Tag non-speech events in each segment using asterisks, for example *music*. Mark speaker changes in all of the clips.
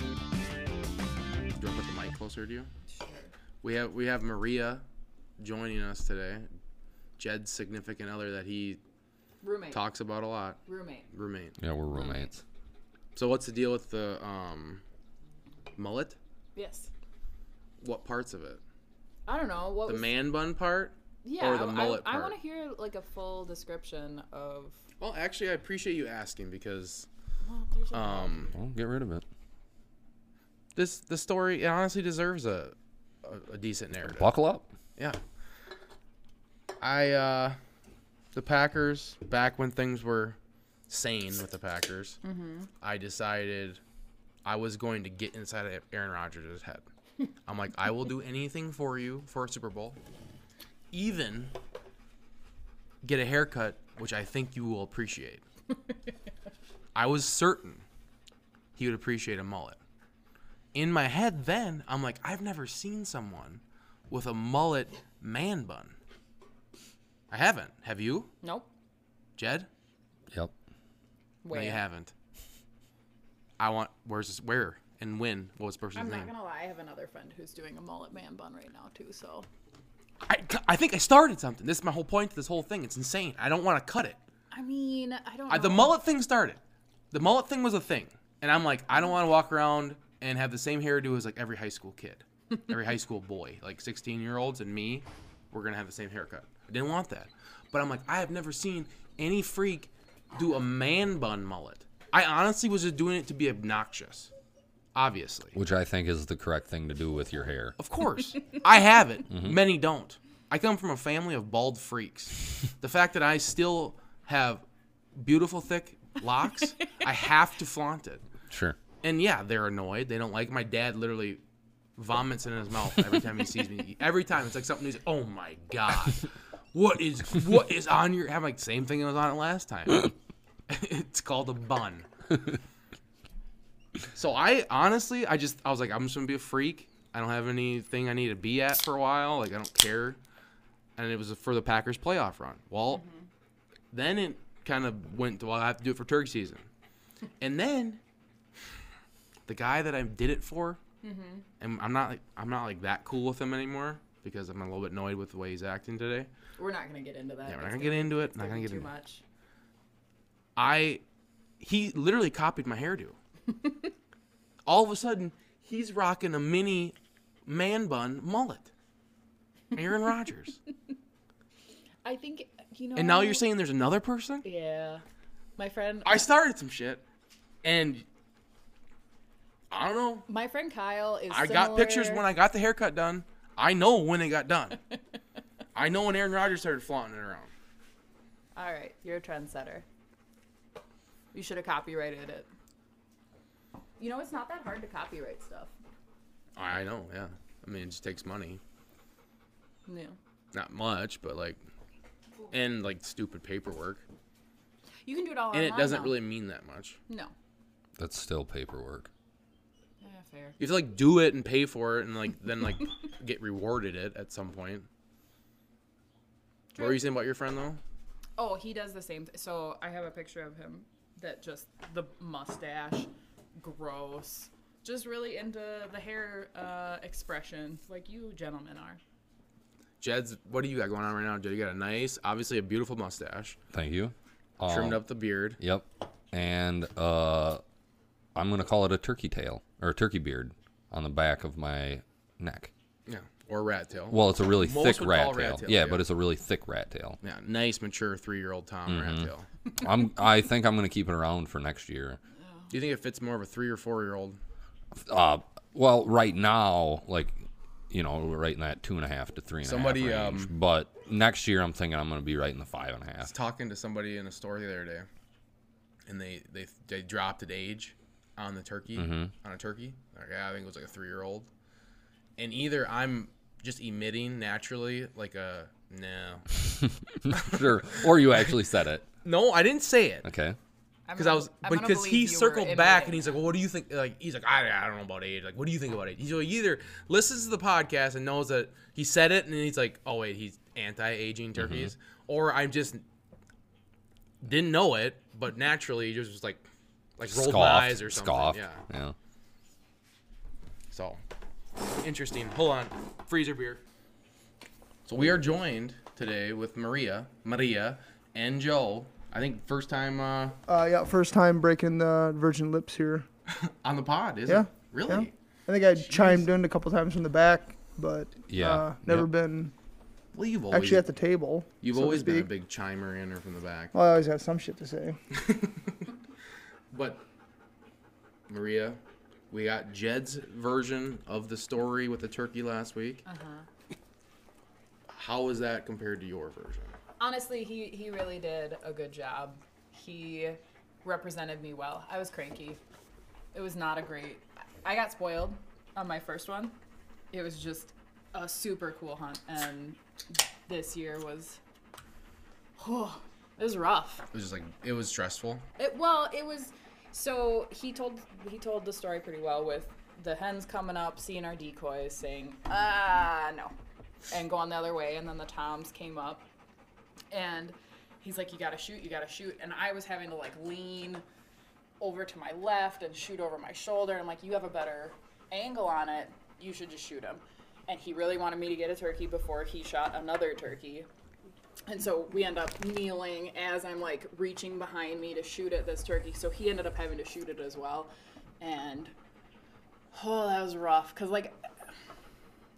Speaker 1: Do you want to put the mic closer to you? We have we have Maria joining us today. Jed's significant other that he
Speaker 2: Roommate.
Speaker 1: talks about a lot,
Speaker 2: Roommate.
Speaker 1: roommate.
Speaker 3: Yeah, we're roommates.
Speaker 1: So what's the deal with the um, mullet?
Speaker 2: Yes.
Speaker 1: What parts of it?
Speaker 2: I don't know what
Speaker 1: The
Speaker 2: was,
Speaker 1: man bun part?
Speaker 2: yeah,
Speaker 1: or the
Speaker 2: I- I-
Speaker 1: mullet
Speaker 2: I,
Speaker 1: part?
Speaker 2: want to hear like a full description of.
Speaker 1: Well, actually, I appreciate you asking because
Speaker 2: Well, there's a lot.
Speaker 1: um,
Speaker 3: Well, get rid of it.
Speaker 1: this the story it honestly deserves a a, a decent narrative.
Speaker 3: Buckle up.
Speaker 1: Yeah. I uh the Packers back when things were sane with the Packers, I decided I was going to get inside of Aaron Rodgers' head. I'm like, I will do anything for you for a Super Bowl. Even get a haircut, which I think you will appreciate. I was certain he would appreciate a mullet. In my head then, I'm like, I've never seen someone with a mullet man bun. I haven't. Have you,
Speaker 2: nope.
Speaker 1: Jed?
Speaker 3: Yep.
Speaker 2: Wait.
Speaker 1: No, you haven't. I want. Where's this? Where and when? What was the person's
Speaker 2: I'm
Speaker 1: name?
Speaker 2: not gonna lie. I have another friend who's doing a mullet man bun right now too. So
Speaker 1: I, I think I started something. This is my whole point to this whole thing. It's insane. I don't want to cut it.
Speaker 2: I mean, I don't.
Speaker 1: I, Uh, the
Speaker 2: know.
Speaker 1: mullet thing started. The mullet thing was a thing, and I'm like, I don't want to walk around and have the same hairdo as like every high school kid, *laughs* every high school boy, like 16 year olds and me. We're gonna have the same haircut. I didn't want that, but I'm like, I have never seen any freak do a man bun mullet. I honestly was just doing it to be obnoxious, obviously.
Speaker 3: Which I think is the correct thing to do with your hair.
Speaker 1: Of course. I have it. Many don't. I come from a family of bald freaks. the fact that I still have beautiful, thick locks, I have to flaunt it.
Speaker 3: Sure.
Speaker 1: And yeah, they're annoyed. They don't like my dad literally vomits in his mouth every time he sees me. Every time it's like something he's oh my god. What is what is on your I'm like same thing that was on it last time. *laughs* it's called a bun. so I honestly I just I was like, I'm just gonna be a freak. I don't have anything I need to be at for a while, like I don't care. And it was for the Packers playoff run. Well then it kind of went to well, I have to do it for turkey season. And then the guy that I did it for,
Speaker 2: Mm-hmm.
Speaker 1: and I'm not like I'm not like that cool with him anymore because I'm a little bit annoyed with the way he's acting today.
Speaker 2: We're not gonna get into that.
Speaker 1: Yeah, we're
Speaker 2: It's
Speaker 1: not gonna get into it. Not gonna
Speaker 2: be
Speaker 1: get
Speaker 2: too
Speaker 1: into it.
Speaker 2: much.
Speaker 1: I he literally copied my
Speaker 2: *laughs*
Speaker 1: hairdo. All of a sudden, he's rocking a mini man bun mullet. Aaron
Speaker 2: *laughs*
Speaker 1: Rodgers.
Speaker 2: I think you know.
Speaker 1: And now you're saying there's another person?
Speaker 2: Yeah, my friend.
Speaker 1: I started some shit, and I don't know.
Speaker 2: my friend Kyle is.
Speaker 1: I got pictures when I got the haircut done. I know when it got done. I know when Aaron Rodgers started flaunting it around.
Speaker 2: All right, you're a trendsetter. You should have copyrighted it. You know, it's not that hard to copyright stuff.
Speaker 1: I I know, yeah. I mean, it just takes money.
Speaker 2: Yeah.
Speaker 1: Not much, but like, and like stupid paperwork.
Speaker 2: You can do it all
Speaker 1: And
Speaker 2: online
Speaker 1: it doesn't
Speaker 2: now.
Speaker 1: really mean that much.
Speaker 2: No.
Speaker 3: That's still paperwork.
Speaker 2: Yeah, fair.
Speaker 1: You have to like do it and pay for it and like then like get rewarded it at some point. What were you saying about your friend though?
Speaker 2: Oh, he does the same. Th- so I have a picture of him that just the mustache, gross. Just really into the hair uh, expression, like you gentlemen are.
Speaker 1: Jed's, what do you got going on right now, Jed? You got a nice, obviously a beautiful mustache,
Speaker 3: Thank you.
Speaker 1: trimmed up the beard.
Speaker 3: Yep. And uh, I'm gonna call it a turkey tail or a turkey beard on the back of my neck.
Speaker 1: Yeah, or rat tail.
Speaker 3: Well, it's a really
Speaker 1: Most
Speaker 3: thick
Speaker 1: would
Speaker 3: rat
Speaker 1: call
Speaker 3: tail.
Speaker 1: rat tail,
Speaker 3: yeah,
Speaker 1: yeah.
Speaker 3: but it's a really thick rat tail.
Speaker 1: yeah, nice mature three year old Tom rat tail. Do
Speaker 3: I'm. I think I'm gonna keep it around for next year.
Speaker 1: you think it fits more of a three or four year old?
Speaker 3: Uh, well, right now, like, you know, we're right in that two and a half to three and a half
Speaker 1: Somebody,
Speaker 2: um,
Speaker 3: range. but next year, I'm thinking I'm gonna be right in the five and a
Speaker 1: was
Speaker 2: *laughs*
Speaker 3: half.
Speaker 1: talking to somebody in a store the other day, and they they, they dropped an age on the turkey on a turkey. Like, yeah, I think it was like a three year old. And either I'm just emitting naturally, like a no,
Speaker 3: sure. Or you actually said it.
Speaker 1: no, I didn't say it
Speaker 3: Okay.
Speaker 2: I'm
Speaker 1: because
Speaker 2: gonna-
Speaker 1: I was
Speaker 2: I'm gonna
Speaker 1: because
Speaker 2: believe
Speaker 1: he
Speaker 2: you were
Speaker 1: circled back and
Speaker 2: admitting
Speaker 1: he's like, well, what do you think? Like he's like, I, I don't know about age. Like, what do you think about it? He's like, he either listens to the podcast and knows that he said it, and then he's like, oh wait, he's
Speaker 3: Mm-hmm.
Speaker 1: anti-aging turkeys, or I'm just didn't know it, but naturally just was like, like rolled my eyes or something.
Speaker 3: Scoffed.
Speaker 1: Yeah.
Speaker 3: yeah.
Speaker 1: So interesting. Hold on, freezer beer. So we are joined today with Maria, Maria, and Joe. I think first time uh,
Speaker 4: Uh, yeah, first time breaking the virgin lips here.
Speaker 1: on the pod, is
Speaker 4: Yeah,
Speaker 1: it? Really?
Speaker 4: yeah. I think I chimed in a couple times from the back, but
Speaker 3: Yeah,
Speaker 4: uh, never
Speaker 3: yep.
Speaker 4: been
Speaker 1: Well, you've always
Speaker 4: actually at the table.
Speaker 1: You've
Speaker 4: so to
Speaker 1: always been a
Speaker 4: speak.
Speaker 1: big chimer in or from the back.
Speaker 4: Well, I always have some shit
Speaker 1: *laughs*
Speaker 4: to say.
Speaker 1: But Maria, we got Jed's version of the story with the turkey last week. Uh-huh. How is that compared to your version?
Speaker 2: honestly he he really did a good job he represented me well i was cranky it was not a great i got spoiled on my first one it was just a super cool hunt and this year was *sighs* oh it was rough
Speaker 1: It was just like it was stressful.
Speaker 2: it, well, it was so he told he told the story pretty well with the hens coming up, seeing our decoys, saying ah no, and going the other way, and then the toms came up, and he's like you gotta shoot, you gotta shoot, and I was having to like lean over to my left and shoot over my shoulder. and I'm like you have a better angle on it, you should just shoot him, and he really wanted me to get a turkey before he shot another turkey, and so we end up kneeling as I'm like reaching behind me to shoot at this turkey. So he ended up having to shoot it as well. And oh, that was rough. Cause like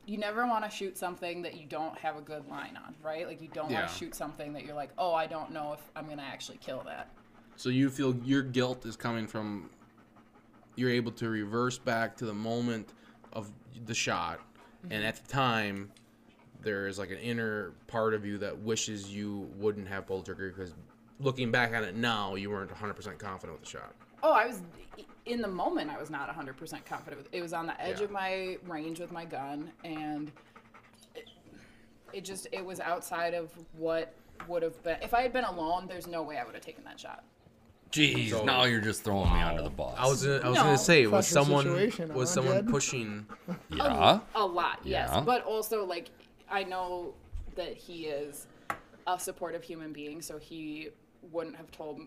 Speaker 2: you never want to shoot something that you don't have a good line on, right? Like you don't
Speaker 1: Yeah.
Speaker 2: want to shoot something that you're like, oh, I don't know if I'm going to actually kill that.
Speaker 1: So you feel your guilt is coming from you're able to reverse back to the moment of the shot and at the time there is like an inner part of you that wishes you wouldn't have pulled the trigger because looking back on it now you weren't 100% confident with the shot
Speaker 2: Oh, I was in the moment. I was not 100% confident. with- It was on the edge
Speaker 1: Yeah.
Speaker 2: of my range with my gun, and it, it just it was outside of what would have been. If I had been alone, there's no way I would have taken that shot.
Speaker 3: Jeez,
Speaker 1: So-
Speaker 3: now you're just throwing me under the bus.
Speaker 1: i was gonna, I was
Speaker 2: No.
Speaker 1: gonna say was
Speaker 4: Pressure
Speaker 1: someone
Speaker 4: situation,
Speaker 1: was
Speaker 4: huh,
Speaker 1: someone
Speaker 4: Jed?
Speaker 1: pushing
Speaker 3: yeah.
Speaker 2: A lot,
Speaker 3: Yeah.
Speaker 2: yes. But also, like, I know that he is a supportive human being, so he wouldn't have told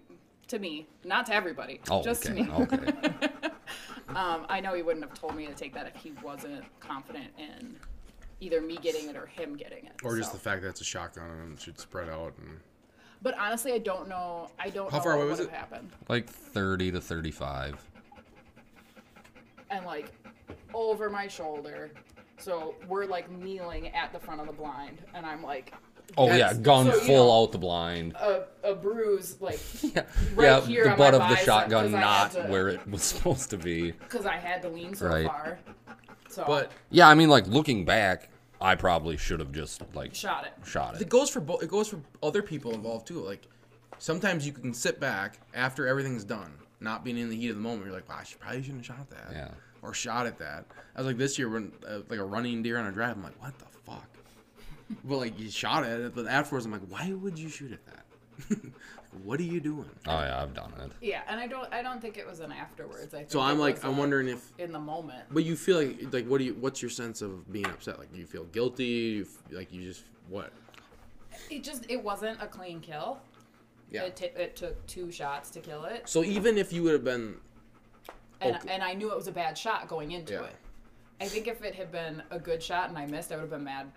Speaker 2: to me, not to everybody,
Speaker 3: Oh,
Speaker 2: just to
Speaker 3: okay.
Speaker 2: me.
Speaker 3: okay.
Speaker 2: *laughs* Um, I know he wouldn't have told me to take that if he wasn't confident in either me getting it or him getting it.
Speaker 1: or just
Speaker 2: so.
Speaker 1: the fact that it's a shotgun and it should spread out and
Speaker 2: But honestly, I don't know. I don't
Speaker 1: How
Speaker 2: know
Speaker 1: far
Speaker 2: what
Speaker 1: away was
Speaker 2: would
Speaker 1: it?
Speaker 2: have happened.
Speaker 3: Like 30 to 35.
Speaker 2: And like over my shoulder. So we're like kneeling at the front of the blind, and I'm like
Speaker 3: Oh,
Speaker 1: That's-
Speaker 3: yeah, gun
Speaker 2: so, you
Speaker 3: full
Speaker 2: know-
Speaker 3: out the blind.
Speaker 2: a, a bruise,
Speaker 1: *laughs*
Speaker 2: like right
Speaker 3: yeah,
Speaker 2: here
Speaker 3: the
Speaker 2: on
Speaker 3: butt
Speaker 2: my
Speaker 3: of the
Speaker 2: bicep,
Speaker 3: shotgun
Speaker 2: 'cause I
Speaker 3: not
Speaker 2: had to-
Speaker 3: where it *laughs* was supposed to be.
Speaker 2: because I had to lean so
Speaker 3: Right.
Speaker 2: far. So
Speaker 1: but
Speaker 3: Yeah, I mean, like, looking back, I probably should have just, like,
Speaker 2: shot it.
Speaker 3: shot
Speaker 1: it
Speaker 3: it.
Speaker 1: goes for bo- it goes for other people involved too. Like sometimes you can sit back after everything's done, not being in the heat of the moment. You're like, wow, I should, probably shouldn't have shot at that,
Speaker 3: Yeah.
Speaker 1: or shot at that. I was like this year when uh, like a running deer on a drive. I'm like, what the fuck? *laughs* but like you shot at it, but afterwards I'm like, why would you shoot at that? *laughs* what are you doing?
Speaker 3: Oh, yeah, I've done it.
Speaker 2: Yeah, and I don't. I don't think it was an afterwards. I think
Speaker 1: So
Speaker 2: it
Speaker 1: I'm like,
Speaker 2: was
Speaker 1: I'm
Speaker 2: a-
Speaker 1: wondering if.
Speaker 2: in the moment.
Speaker 1: But you feel like like what do you? What's your sense of being upset? Like, do you feel guilty? You f- like you just what?
Speaker 2: It just it wasn't a clean kill.
Speaker 1: Yeah.
Speaker 2: It, t- it took two shots to kill it.
Speaker 1: so even if you would have been
Speaker 2: and,
Speaker 1: Okay.
Speaker 2: and I knew it was a bad shot going into
Speaker 1: Yeah.
Speaker 2: it. I think if it had been a good shot and I missed, I would have been mad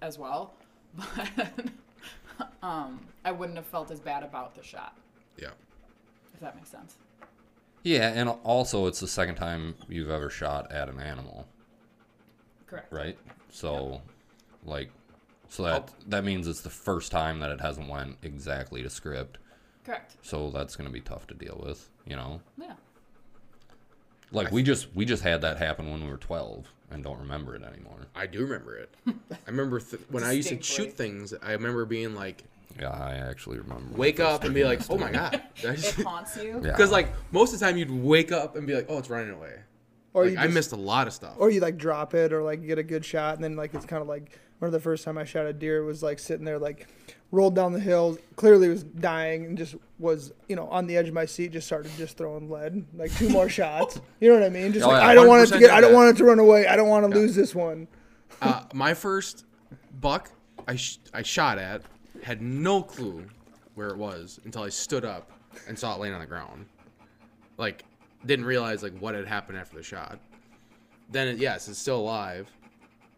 Speaker 2: as well. *laughs* But um, I wouldn't have felt as bad about the shot,
Speaker 1: yeah.
Speaker 2: if that makes sense.
Speaker 3: Yeah, and also, it's the second time you've ever shot at an animal.
Speaker 2: Correct.
Speaker 3: right? So, like, so that that means it's the first time that it hasn't went exactly to script.
Speaker 2: Correct.
Speaker 3: So that's gonna be tough to deal with, you know.
Speaker 2: Yeah.
Speaker 3: Like we just we just had that happen when we were twelve and don't remember it anymore.
Speaker 1: I do remember it. I remember th- when I used to
Speaker 2: Distinctly.
Speaker 1: shoot things. I remember being like,
Speaker 3: Yeah, I actually remember.
Speaker 1: wake up and be like, oh my god,
Speaker 2: *laughs* It
Speaker 1: *laughs*
Speaker 2: haunts you.
Speaker 3: Yeah.
Speaker 1: because like most of the time you'd wake up and be like, oh, it's running away.
Speaker 4: Or
Speaker 1: Like,
Speaker 4: you
Speaker 1: I
Speaker 4: just-
Speaker 1: missed a lot of stuff.
Speaker 4: or you like drop it or like get a good shot and then like it's kind of like remember the first time I shot a deer it was like sitting there like rolled down the hill clearly was dying and just was you know on the edge of my seat just started just throwing lead like two more shots you know what I mean just
Speaker 3: Oh,
Speaker 4: like
Speaker 3: yeah.
Speaker 4: I don't want it to
Speaker 1: 100%
Speaker 4: get
Speaker 1: did
Speaker 4: I don't
Speaker 1: that.
Speaker 4: want it to run away I don't want to lose this one
Speaker 1: uh, my first buck I, sh- I shot at had no clue where it was until I stood up and saw it laying on the ground. Like, didn't realize like what had happened after the shot. Then it, yes, it's still alive.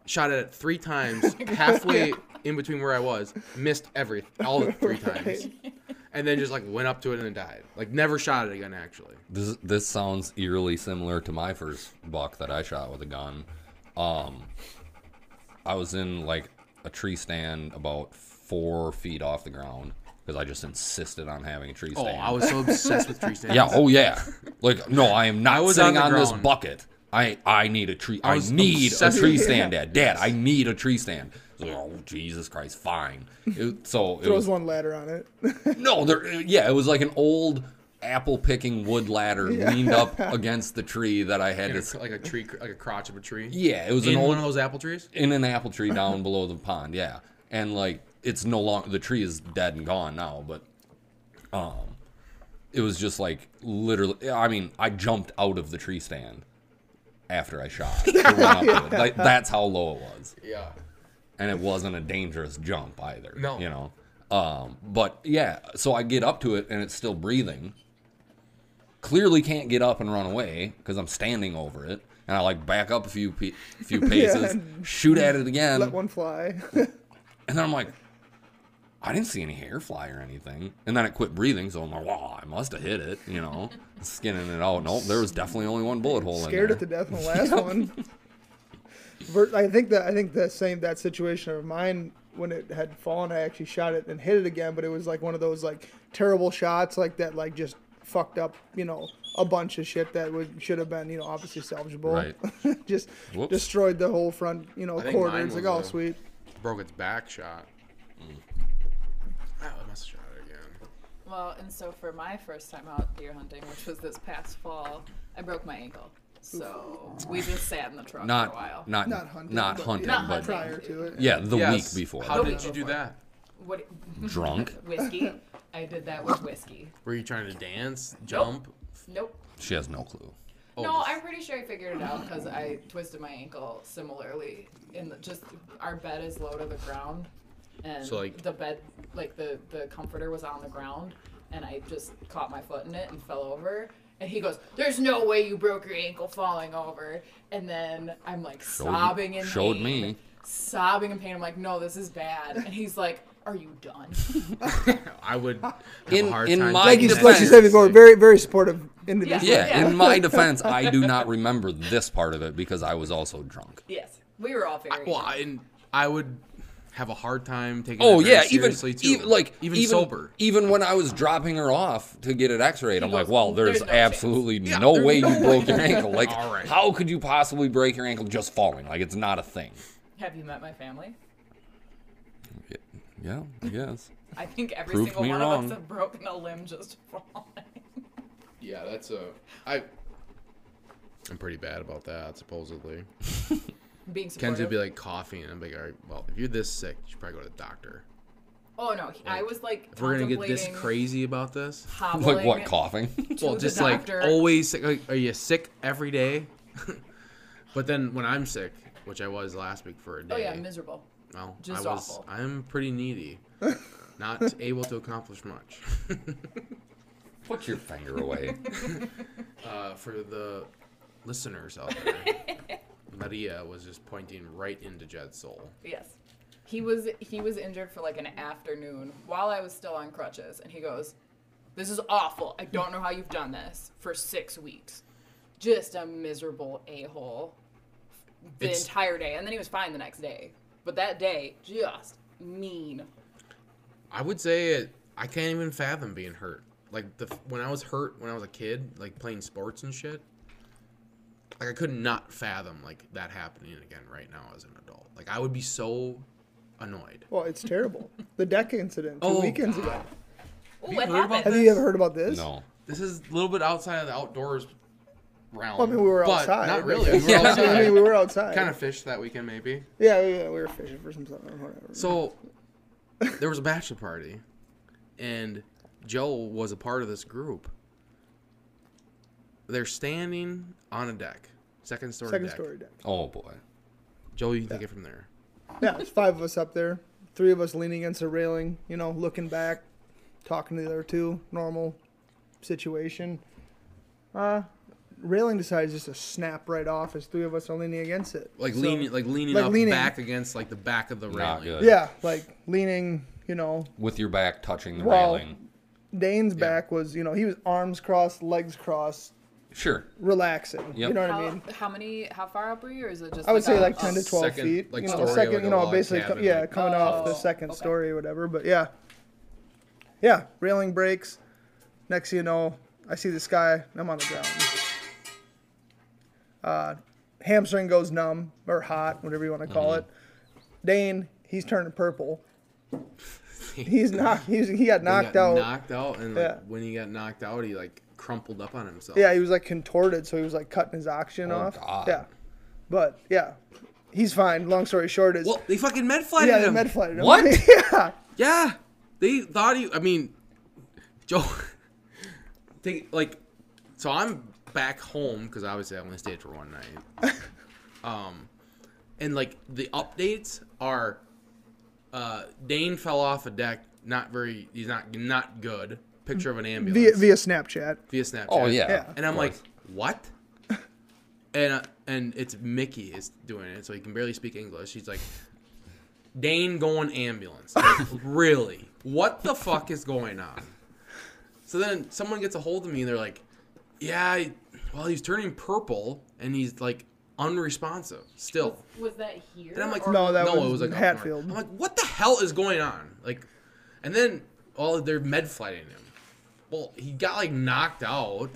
Speaker 1: Shot at it three times, halfway in between where I was, missed every all the three times, and then just like went up to it and then died. Like never shot it again. Actually,
Speaker 3: This this sounds eerily similar to my first buck that I shot with a gun. Um, I was in like a tree stand about four feet off the ground because I just insisted on having a tree
Speaker 1: oh,
Speaker 3: stand.
Speaker 1: I was so obsessed with *laughs* tree stands.
Speaker 3: yeah, oh yeah. Like no, I am not
Speaker 1: I was
Speaker 3: sitting
Speaker 1: on
Speaker 3: on,
Speaker 1: the
Speaker 3: this
Speaker 1: ground.
Speaker 3: bucket. I I need a tree. I,
Speaker 1: was
Speaker 3: need a
Speaker 1: obsessed
Speaker 3: tree
Speaker 1: with-
Speaker 3: stand,
Speaker 1: *laughs*
Speaker 3: Dad. Dad, I need a tree stand. I was like, oh Jesus Christ, fine. It, so it
Speaker 4: there was
Speaker 3: was
Speaker 4: one ladder on it
Speaker 3: no, there. Yeah, it was like an old apple picking wood ladder leaned up against the tree that I had to. s-
Speaker 1: like a tree, like a crotch of a tree.
Speaker 3: Yeah, it was
Speaker 1: in
Speaker 3: an old
Speaker 1: one of those apple trees.
Speaker 3: in an apple tree down below the pond. Yeah, and like it's no longer the tree is dead and gone now, but um, it was just like literally. I mean, I jumped out of the tree stand after I shot. to run up to it. Like, that's how low it was,
Speaker 1: Yeah.
Speaker 3: and it wasn't a dangerous jump either.
Speaker 1: No.
Speaker 3: you know. Um, but yeah, so I get up to it and it's still breathing. Clearly can't get up and run away because I'm standing over it, and I like back up a few pe-
Speaker 4: *laughs*
Speaker 3: few paces, shoot at it again,
Speaker 4: let one fly
Speaker 3: and then I'm like, I didn't see any hair fly or anything. And then it quit breathing, so I'm like, wow, I must have hit it, you know, *laughs* skinning it out. Nope, there was definitely only one bullet hole
Speaker 4: *laughs* scared
Speaker 3: in
Speaker 4: it to
Speaker 3: there.
Speaker 4: death in the last one. Ver- I think that I think the same that situation of mine when it had fallen, I actually shot it and hit it again, but it was like one of those like terrible shots like that, like just fucked up, you know, a bunch of shit that would should have been you know obviously salvageable.
Speaker 3: Right.
Speaker 4: *laughs* just
Speaker 3: Whoops.
Speaker 4: destroyed the whole front, you know,
Speaker 1: I think
Speaker 4: quarter.
Speaker 1: mine
Speaker 4: It's like
Speaker 1: was
Speaker 4: oh
Speaker 1: a-
Speaker 4: sweet.
Speaker 1: broke its back shot. Oh, I must have shot it again.
Speaker 2: Well, and so for my first time out deer hunting, which was this past fall, I broke my ankle. So we just sat in the truck for a while.
Speaker 3: Not, not,
Speaker 4: Not hunting,
Speaker 3: Not
Speaker 4: but-
Speaker 3: hunting,
Speaker 2: Not
Speaker 3: but,
Speaker 2: hunting.
Speaker 4: Prior to it,
Speaker 3: yeah, the
Speaker 1: Yes.
Speaker 3: week before.
Speaker 1: How
Speaker 3: that.
Speaker 1: did you do that?
Speaker 2: What?
Speaker 3: Drunk.
Speaker 2: Whiskey. I did that with whiskey.
Speaker 1: Were you trying to dance, jump?
Speaker 2: Nope.
Speaker 3: She has no clue.
Speaker 2: no, I'm pretty sure I figured it out because I twisted my ankle similarly. In the, just our bed is low to the ground, and
Speaker 1: So, like-
Speaker 2: the bed, like the the comforter was on the ground, and I just caught my foot in it and fell over. And he goes, "There's no way you broke your ankle falling over." And then I'm like sobbing in
Speaker 3: showed
Speaker 2: pain,
Speaker 3: me.
Speaker 2: sobbing in pain. I'm like, "No, this is bad." And he's like, "Are you done?" *laughs*
Speaker 1: I *laughs* would have
Speaker 3: In-
Speaker 1: a hard
Speaker 3: in
Speaker 1: time.
Speaker 3: my
Speaker 1: doing
Speaker 4: like you,
Speaker 1: that.
Speaker 4: like you said before, very very supportive individual.
Speaker 3: Yeah,
Speaker 2: Yeah.
Speaker 3: in my defense, I do not remember this part of it because I was also drunk.
Speaker 2: yes, we were all very.
Speaker 1: Well, I, and I would have a hard time taking.
Speaker 3: Oh
Speaker 1: that
Speaker 3: yeah,
Speaker 1: very
Speaker 3: even,
Speaker 1: seriously, too.
Speaker 3: even like
Speaker 1: even, sober.
Speaker 3: Even when I was dropping her off to get it X-rayed, I'm like,
Speaker 2: goes,
Speaker 3: well,
Speaker 2: "There's
Speaker 3: there's,
Speaker 2: no chance."
Speaker 3: absolutely
Speaker 1: Yeah,
Speaker 3: no
Speaker 1: there's
Speaker 3: way
Speaker 1: no
Speaker 3: you broke your ankle. Like,
Speaker 1: All right.
Speaker 3: how could you possibly break your ankle just falling? Like, it's not a thing.
Speaker 2: Have you met my family?
Speaker 3: Yeah, yes.
Speaker 2: I think every
Speaker 3: Proved
Speaker 2: single
Speaker 3: me
Speaker 2: one of
Speaker 3: wrong.
Speaker 2: us have broken a limb just *laughs* falling.
Speaker 1: Yeah, that's a. I. I'm pretty bad about that. Supposedly,
Speaker 2: Being
Speaker 1: Kenzie
Speaker 2: supportive.
Speaker 1: would be like coughing, and I'm like, all right, well, if you're this sick, you should probably go to the doctor.
Speaker 2: oh no, I was like,
Speaker 1: If we're gonna get this
Speaker 2: contemplating
Speaker 1: crazy *laughs* about this,
Speaker 2: hobbling
Speaker 3: Like
Speaker 2: *laughs*
Speaker 3: what? Coughing?
Speaker 2: to
Speaker 1: well,
Speaker 2: the
Speaker 1: just
Speaker 2: doctor.
Speaker 1: like always sick. Like, are you sick every day? *laughs* but then when I'm sick, which I was last week for a day,
Speaker 2: Oh yeah, miserable.
Speaker 1: well,
Speaker 2: just
Speaker 1: I was,
Speaker 2: awful.
Speaker 1: I'm pretty
Speaker 2: *laughs*
Speaker 1: needy, not able to accomplish much. *laughs*
Speaker 3: Put your finger away.
Speaker 1: Uh, for the listeners out there,
Speaker 2: *laughs*
Speaker 1: Maria was just pointing right into Jed's soul.
Speaker 2: Yes. He was he was injured for like an afternoon while I was still on crutches, and he goes, "This is awful. I don't know how you've done this for six weeks. Just a miserable a hole." the
Speaker 1: It's-
Speaker 2: entire day, and then he was fine the next day. But that day, just mean.
Speaker 1: I would say it. I can't even fathom being hurt. Like the when I was hurt when I was a kid, like playing sports and shit. Like I could not fathom like that happening again right now as an adult. Like I would be so annoyed.
Speaker 4: Well, it's terrible. The deck incident two
Speaker 1: Oh,
Speaker 4: weekends ago.
Speaker 2: Oh,
Speaker 1: you
Speaker 2: what
Speaker 1: heard about
Speaker 2: happened?
Speaker 4: Have you ever heard about this?
Speaker 3: No.
Speaker 1: This is a little bit outside of the outdoors realm.
Speaker 4: Well, I mean, we were
Speaker 1: but
Speaker 4: outside.
Speaker 1: Not
Speaker 4: but-
Speaker 1: really. We
Speaker 4: *laughs*
Speaker 1: were
Speaker 4: I mean,
Speaker 1: outside.
Speaker 4: we were outside.
Speaker 1: kind of fished that weekend maybe.
Speaker 4: Yeah, we, we were fishing for some stuff. or Whatever.
Speaker 1: So there was a bachelor party, and Joe was a part of this group. They're standing on a deck, second story
Speaker 4: Second
Speaker 1: deck.
Speaker 4: story deck.
Speaker 3: Oh boy.
Speaker 1: Joe, you can take it from there.
Speaker 4: Yeah, it's five of us up there. Three of us leaning against a railing, you know, looking back, talking to the other two. Normal situation. Uh, railing decides just to snap right off as three of us are leaning against it.
Speaker 1: Like
Speaker 4: So-
Speaker 1: leaning, like leaning
Speaker 4: like
Speaker 1: up
Speaker 4: leaning.
Speaker 1: back against like the back of the
Speaker 3: Not
Speaker 1: railing.
Speaker 3: good.
Speaker 4: Yeah, like leaning, you know,
Speaker 3: With your back touching the
Speaker 4: Well-
Speaker 3: railing.
Speaker 4: Dane's back was, you know, he was arms crossed, legs crossed,
Speaker 3: Sure.
Speaker 4: relaxing.
Speaker 3: Yep.
Speaker 4: You know what
Speaker 2: How,
Speaker 4: I mean?
Speaker 2: how many? How far up were you? Or is it just?
Speaker 4: I would say
Speaker 2: a-
Speaker 4: like
Speaker 2: a-
Speaker 4: ten to twelve
Speaker 1: uh, second,
Speaker 4: feet.
Speaker 1: like,
Speaker 4: you know,
Speaker 1: story,
Speaker 4: second,
Speaker 1: like
Speaker 4: you
Speaker 1: a
Speaker 4: know,
Speaker 1: log
Speaker 4: basically, co-
Speaker 1: cabin,
Speaker 4: yeah,
Speaker 1: like-
Speaker 4: coming off the
Speaker 2: Oh,
Speaker 4: second
Speaker 2: okay.
Speaker 4: story or whatever. But yeah, yeah, railing breaks. Next, thing you know, I see this guy. I'm on the ground. Uh, hamstring goes numb or hot, whatever you want to call
Speaker 1: Mm-hmm.
Speaker 4: it. Dane, he's
Speaker 1: *laughs*
Speaker 4: turning purple. He's knocked. He's, he got
Speaker 1: He
Speaker 4: knocked
Speaker 1: got
Speaker 4: out.
Speaker 1: Knocked out, and like,
Speaker 4: Yeah.
Speaker 1: when he got knocked out, he like crumpled up on himself.
Speaker 4: Yeah, he was like contorted, so he was like cutting his oxygen
Speaker 1: Oh,
Speaker 4: off.
Speaker 3: God.
Speaker 4: Yeah, but yeah, he's fine. Long story short is
Speaker 1: Well, they fucking med flighted
Speaker 4: yeah, they
Speaker 1: him.
Speaker 4: med flighted him.
Speaker 3: What?
Speaker 4: *laughs* yeah,
Speaker 1: Yeah, they thought he. I mean, Joe. *laughs* They like, so I'm back home because obviously I only stayed for one night. um, and like the updates are, uh, Dane fell off a deck. Not very. He's not not good. Picture of an ambulance
Speaker 4: via, via Snapchat.
Speaker 1: via Snapchat.
Speaker 3: Oh yeah.
Speaker 4: Yeah.
Speaker 1: And I'm
Speaker 3: Of
Speaker 1: like,
Speaker 3: course.
Speaker 1: what? *laughs* And uh, and it's Mickey is doing it, so he can barely speak English. He's like, Dane going ambulance. Like, really? What the fuck is going on? So then someone gets a hold of me and they're like, Yeah, he- well he's turning purple and he's like unresponsive still.
Speaker 2: Was that here? Oh,
Speaker 1: And I'm like,
Speaker 2: or-
Speaker 4: No, that
Speaker 1: like
Speaker 4: was in
Speaker 1: up north.
Speaker 4: Hatfield.
Speaker 1: I'm like, what the hell is going on? Like, and then all they're med flighting him. Well, he got like knocked out,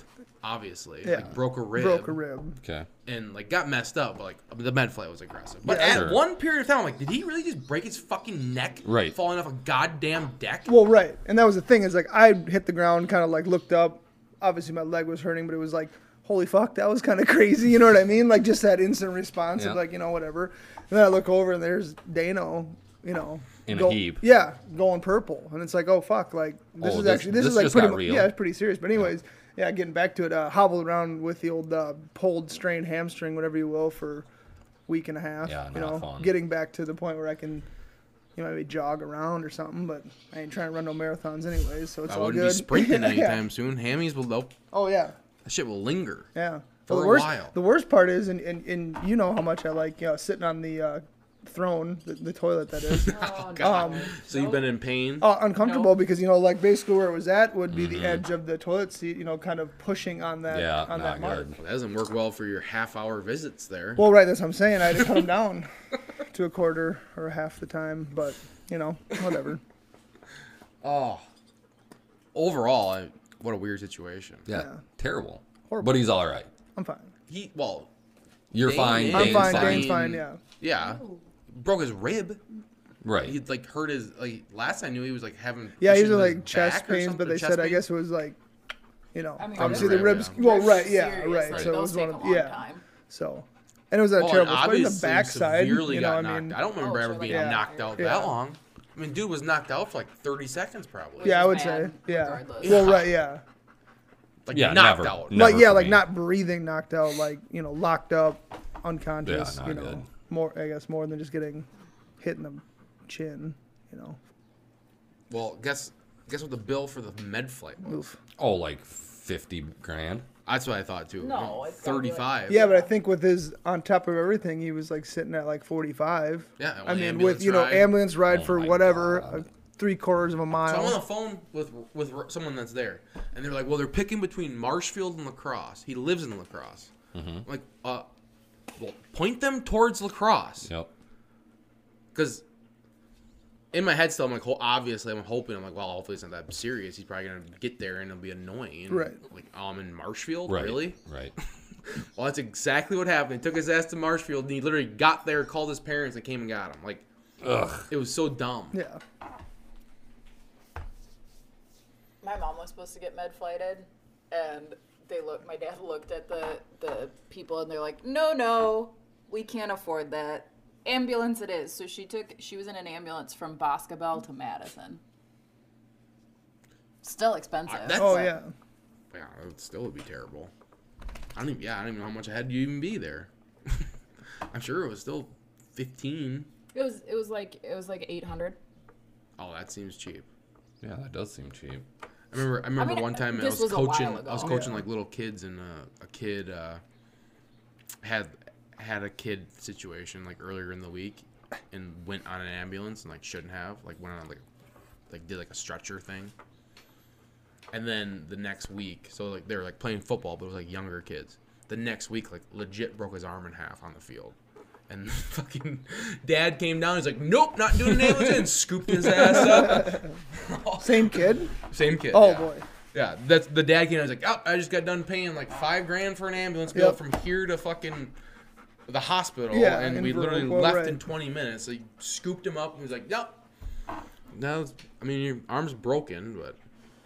Speaker 1: obviously.
Speaker 4: Yeah.
Speaker 1: Like broke a rib.
Speaker 4: Broke a rib.
Speaker 3: Okay.
Speaker 1: And like got messed up. But like the med flight was aggressive. But
Speaker 3: Yeah,
Speaker 1: at
Speaker 3: sure.
Speaker 1: one period of time, I'm like, did he really just break his fucking neck?
Speaker 3: Right.
Speaker 1: Falling off a goddamn deck.
Speaker 4: Well, right, and that was the thing is like I hit the ground, kind of like looked up. Obviously, my leg was hurting, but it was like, holy fuck, that was kind of *laughs* crazy. You know what I mean? Like just that instant response
Speaker 3: Yeah.
Speaker 4: of like you know whatever. And then I look over and there's Dano. You know,
Speaker 3: In a
Speaker 4: go-
Speaker 3: heap.
Speaker 4: Yeah, going purple, and it's like, oh fuck, like this
Speaker 3: Oh,
Speaker 4: is
Speaker 3: this-
Speaker 4: actually this,
Speaker 3: this
Speaker 4: is like
Speaker 3: just
Speaker 4: pretty
Speaker 3: got
Speaker 4: mu-
Speaker 3: real.
Speaker 4: yeah, it's pretty serious. But anyways, yeah, getting back to it, uh, hobbled around with the old uh, pulled, strained hamstring, whatever you will, for week and a half.
Speaker 3: Yeah,
Speaker 4: you
Speaker 3: not
Speaker 4: know,
Speaker 3: fun.
Speaker 4: getting back to the point where I can, you know, maybe jog around or something. But I ain't trying to run no marathons anyways, so it's
Speaker 1: I
Speaker 4: all
Speaker 1: wouldn't
Speaker 4: good.
Speaker 1: be sprinting
Speaker 4: *laughs* Yeah.
Speaker 1: anytime soon. Hammies will nope.
Speaker 4: Oh yeah,
Speaker 1: That shit will linger.
Speaker 4: yeah.
Speaker 1: For
Speaker 4: Well, the
Speaker 1: a
Speaker 4: worst,
Speaker 1: while.
Speaker 4: the worst part is, and, and, and you know how much I like, you know, sitting on the uh, throne, the, the toilet that is.
Speaker 2: Oh, no.
Speaker 1: God.
Speaker 4: Um,
Speaker 1: so you've been in pain.
Speaker 4: uh, uncomfortable because you know, like basically where it was at would be
Speaker 1: Mm-hmm.
Speaker 4: the edge of the toilet seat, you know, kind of pushing on that
Speaker 3: Yeah,
Speaker 4: on
Speaker 3: not
Speaker 4: that mark.
Speaker 3: good.
Speaker 1: That doesn't work well for your half hour visits there.
Speaker 4: Well, right, that's what I'm saying. I had to cut them down *laughs* to a quarter or half the time, but you know, whatever.
Speaker 1: Overall, I, what a weird situation.
Speaker 3: Yeah. Terrible.
Speaker 4: Horrible.
Speaker 3: But he's all right.
Speaker 4: I'm fine.
Speaker 1: He well,
Speaker 3: You're
Speaker 1: Dane
Speaker 3: fine.
Speaker 1: is-
Speaker 4: I'm
Speaker 3: Dane's
Speaker 4: fine.
Speaker 3: fine.
Speaker 4: Dane's fine. Yeah.
Speaker 1: Yeah. Broke his rib.
Speaker 3: Right.
Speaker 1: He'd like hurt his like last I knew he was like having
Speaker 4: Yeah,
Speaker 1: issues
Speaker 4: these are
Speaker 1: with his
Speaker 4: like chest
Speaker 1: back or
Speaker 4: pains,
Speaker 1: something,
Speaker 4: but they
Speaker 1: chest
Speaker 4: said I
Speaker 1: pain.
Speaker 4: guess it was like, you know,
Speaker 2: I mean,
Speaker 4: obviously the
Speaker 1: ribs,
Speaker 4: ribs.
Speaker 1: yeah.
Speaker 4: Well, right, yeah,
Speaker 2: Serious,
Speaker 4: right.
Speaker 2: like,
Speaker 4: so it
Speaker 2: those
Speaker 4: was
Speaker 2: take
Speaker 4: one
Speaker 2: a
Speaker 4: of
Speaker 2: long
Speaker 4: yeah.
Speaker 2: time.
Speaker 4: So, and it was a
Speaker 1: Oh, and
Speaker 4: terrible. But in the
Speaker 1: obviously
Speaker 4: backside,
Speaker 1: severely
Speaker 4: you know,
Speaker 1: got
Speaker 4: I
Speaker 1: knocked.
Speaker 4: mean,
Speaker 1: I don't remember
Speaker 2: Oh,
Speaker 1: ever
Speaker 2: so,
Speaker 1: being
Speaker 2: like,
Speaker 1: knocked out
Speaker 4: yeah.
Speaker 1: that long. I mean, dude was knocked out for like 30 seconds probably.
Speaker 4: yeah, I
Speaker 2: is
Speaker 4: would
Speaker 2: bad,
Speaker 4: say, yeah.
Speaker 2: regardless.
Speaker 4: Well,
Speaker 1: *laughs*
Speaker 4: right, yeah.
Speaker 1: like
Speaker 3: Yeah,
Speaker 1: knocked
Speaker 3: never.
Speaker 1: out.
Speaker 3: No. Never
Speaker 4: like yeah,
Speaker 3: for
Speaker 4: like
Speaker 3: me.
Speaker 4: not breathing, knocked out, like you know, locked up, unconscious.
Speaker 3: Yeah, not
Speaker 4: you know,
Speaker 3: good.
Speaker 4: more I guess more than just getting hit in the chin. You know,
Speaker 1: Well, guess guess what the bill for the med flight was?
Speaker 4: oof.
Speaker 3: Oh, like fifty grand.
Speaker 1: That's what I thought too.
Speaker 2: No, it's gotta be, like-
Speaker 1: 35.
Speaker 4: Yeah, but I think with his on top of everything, he was like sitting at like 45.
Speaker 1: Yeah, well,
Speaker 4: I mean,
Speaker 1: ambulance
Speaker 4: with you know
Speaker 1: ride.
Speaker 4: ambulance ride
Speaker 3: Oh
Speaker 4: for
Speaker 3: my
Speaker 4: whatever,
Speaker 3: God.
Speaker 4: uh, three quarters of a
Speaker 1: So I'm on the
Speaker 4: mile.
Speaker 1: phone with with r- someone that's there, and
Speaker 3: Mm-hmm.
Speaker 1: they're like, "Well, they're picking between Marshfield and Lacrosse. He lives in Lacrosse." I'm like, uh, well, point them towards lacrosse.
Speaker 3: Yep.
Speaker 1: Because in my head still, I'm like, ho- obviously, I'm hoping, I'm like, well, hopefully it's not that serious. He's probably going to get there and it'll be annoying.
Speaker 4: Right.
Speaker 1: Like, oh, I'm in Marshfield?
Speaker 3: Right.
Speaker 1: Really?
Speaker 3: Right.
Speaker 1: Well, that's exactly what happened. He took his ass to Marshfield and he literally got there, called his parents, and came and got him. Like,
Speaker 3: Ugh.
Speaker 1: it was so dumb.
Speaker 4: Yeah.
Speaker 2: my mom was supposed to get med flighted and they look my dad looked at the the people and they're like no no we can't afford that ambulance it is so she took she was in an ambulance from boscobel to madison still expensive
Speaker 1: that's-
Speaker 4: Oh
Speaker 2: but-
Speaker 4: yeah.
Speaker 1: Yeah, it would still would be terrible. I don't even, yeah, I don't even know how much I had to even be there. *laughs* I'm sure it was still 15.
Speaker 2: it was it was like it was like 800
Speaker 1: Oh, that seems cheap.
Speaker 3: Yeah, that does seem cheap.
Speaker 1: I remember. I remember
Speaker 2: mean,
Speaker 1: one time I
Speaker 2: this
Speaker 1: was,
Speaker 2: was a while
Speaker 1: coaching. I was
Speaker 2: ago.
Speaker 1: coaching like little kids, and uh, a kid uh, had had a kid situation like earlier in the week, and went on an ambulance and like shouldn't have like went on like like did like a stretcher thing. And then the next week, so like they were like playing football, but it was like younger kids. The next week, like legit broke his arm in half on the field. And *laughs* fucking dad came down. He's like, "Nope, not doing an ambulance." and scooped his ass up.
Speaker 4: Same kid.
Speaker 1: Same kid.
Speaker 4: Oh
Speaker 1: yeah.
Speaker 4: boy.
Speaker 1: Yeah, that's the dad came. I was like, oh, I just got done paying like five grand for an ambulance bill
Speaker 4: Yep.
Speaker 1: from here to fucking the hospital,
Speaker 4: Yeah,
Speaker 1: and
Speaker 4: in
Speaker 1: we literally
Speaker 4: Brooklyn,
Speaker 1: left
Speaker 4: right.
Speaker 1: in 20 minutes. They scooped him up and was like, nope. Now, it's- I mean, your arm's broken, but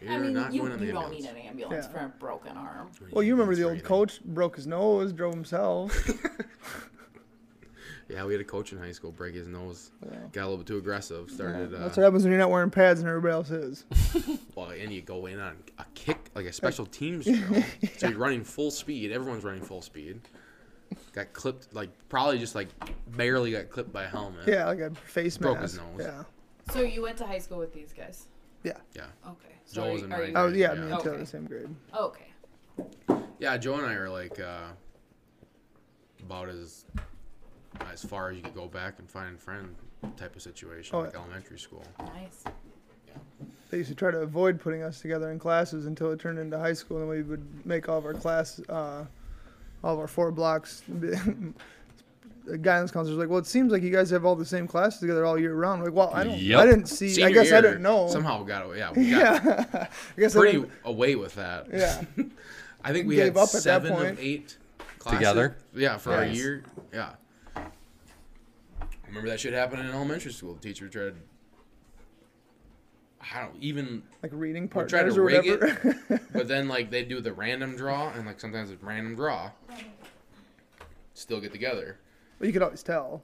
Speaker 1: you're
Speaker 2: i mean
Speaker 1: not
Speaker 2: you,
Speaker 1: going on the
Speaker 2: you don't
Speaker 1: ambulance.
Speaker 2: need an ambulance
Speaker 4: Yeah.
Speaker 2: for a broken arm
Speaker 4: Well, you remember the
Speaker 1: for
Speaker 4: old
Speaker 1: anything.
Speaker 4: coach broke his nose,
Speaker 1: *laughs*
Speaker 4: drove
Speaker 1: Uh-huh.
Speaker 4: himself.
Speaker 1: Yeah, we had a coach in high school break his nose, got a little bit too aggressive, started.
Speaker 4: That's
Speaker 1: uh,
Speaker 4: what happens when you're not wearing pads and everybody else
Speaker 1: *laughs*
Speaker 4: is.
Speaker 1: well, and you go in on a kick, like a special
Speaker 4: *laughs*
Speaker 1: teams drill. So you're running full speed. Everyone's running full speed. Got clipped, like probably just like barely got clipped by a helmet.
Speaker 4: Yeah, like a face
Speaker 1: Broke his
Speaker 4: mask.
Speaker 1: nose.
Speaker 4: Yeah.
Speaker 2: so you went to high school with these guys
Speaker 4: Yeah.
Speaker 1: Yeah.
Speaker 2: okay so
Speaker 1: Joel was
Speaker 2: are-
Speaker 1: in
Speaker 2: are
Speaker 1: ninth
Speaker 2: you-
Speaker 4: Oh
Speaker 1: grade.
Speaker 4: yeah,
Speaker 1: Yeah.
Speaker 4: me and Taylor
Speaker 2: Okay.
Speaker 4: the same grade.
Speaker 2: okay
Speaker 1: Yeah, Joe and I are like uh, about as as far as you could go back and find a friend type of situation,
Speaker 4: Oh,
Speaker 1: like
Speaker 4: yeah.
Speaker 1: elementary school.
Speaker 2: nice
Speaker 4: They used to try to avoid putting us together in classes until it turned into high school, and we would make all of our class, uh, all of our four blocks. *laughs* the guidance counselor's like, "Well, it seems like you guys have all the same classes together all year round." Like, well, I don't, I
Speaker 3: Yep.
Speaker 4: didn't see. I
Speaker 1: Senior
Speaker 4: guess I
Speaker 1: year,
Speaker 4: didn't know. *laughs*
Speaker 1: Somehow got away. Yeah, we got
Speaker 4: Yeah. *laughs* I guess I
Speaker 1: pretty
Speaker 4: didn't-
Speaker 1: away with that.
Speaker 4: Yeah.
Speaker 1: I think we
Speaker 4: Gave
Speaker 1: had
Speaker 4: up at that
Speaker 1: seven
Speaker 4: point.
Speaker 1: of eight classes.
Speaker 3: Together?
Speaker 1: Yeah, for our
Speaker 3: Nice.
Speaker 1: year. Yeah. I remember that shit happened in elementary school. The teacher tried. I don't even,
Speaker 4: Like reading
Speaker 1: We're trying
Speaker 4: partners
Speaker 1: to
Speaker 4: or
Speaker 1: rig
Speaker 4: whatever.
Speaker 1: but then like they do the random draw, and like sometimes it's random draw. Still get together.
Speaker 4: *laughs* Well, you could always tell.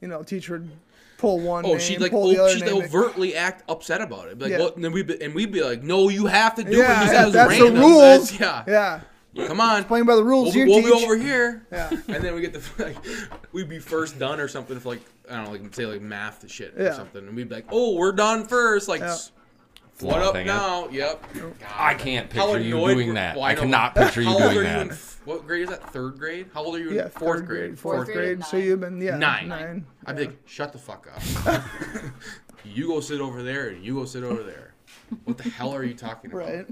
Speaker 4: You know, teacher would pull one.
Speaker 1: Oh,
Speaker 4: name,
Speaker 1: she'd like,
Speaker 4: pull the
Speaker 1: oh,
Speaker 4: other
Speaker 1: she'd
Speaker 4: name.
Speaker 1: overtly act upset about it. Be Like,
Speaker 4: Yeah.
Speaker 1: well, and then we be, and we'd be like, no, you have to do
Speaker 4: Yeah, *laughs*
Speaker 1: it. You said
Speaker 4: yeah,
Speaker 1: it was
Speaker 4: that's the
Speaker 1: random.
Speaker 4: rules.
Speaker 1: That's- yeah.
Speaker 4: yeah,
Speaker 1: Come on.
Speaker 4: playing by the rules.
Speaker 1: We'll,
Speaker 4: here,
Speaker 1: we'll be
Speaker 4: teach.
Speaker 1: over here.
Speaker 4: Yeah.
Speaker 1: And then we get the *laughs* like, we'd be first done or something for like I don't know, like say like math shit or
Speaker 4: Yeah.
Speaker 1: something, and we'd be like, oh, we're done first. Like,
Speaker 4: Yeah.
Speaker 1: s- what up
Speaker 3: Flaunting it.
Speaker 1: now? Yep.
Speaker 3: I can't picture you doing
Speaker 1: were-
Speaker 3: that.
Speaker 1: Well,
Speaker 3: I
Speaker 1: know.
Speaker 3: cannot picture you
Speaker 1: How old
Speaker 3: doing
Speaker 1: are you in
Speaker 3: that.
Speaker 1: f- what grade is that? Third grade? How old are you in
Speaker 4: Yeah,
Speaker 1: fourth
Speaker 4: third
Speaker 1: grade?
Speaker 4: Fourth,
Speaker 2: grade
Speaker 4: grade.
Speaker 2: at
Speaker 4: So
Speaker 2: nine.
Speaker 4: you've been yeah
Speaker 1: Nine.
Speaker 4: nine.
Speaker 1: I'd be like, shut the fuck up.
Speaker 4: *laughs*
Speaker 1: you go sit over there, and you go sit over there. What the hell are you talking about?
Speaker 4: Right.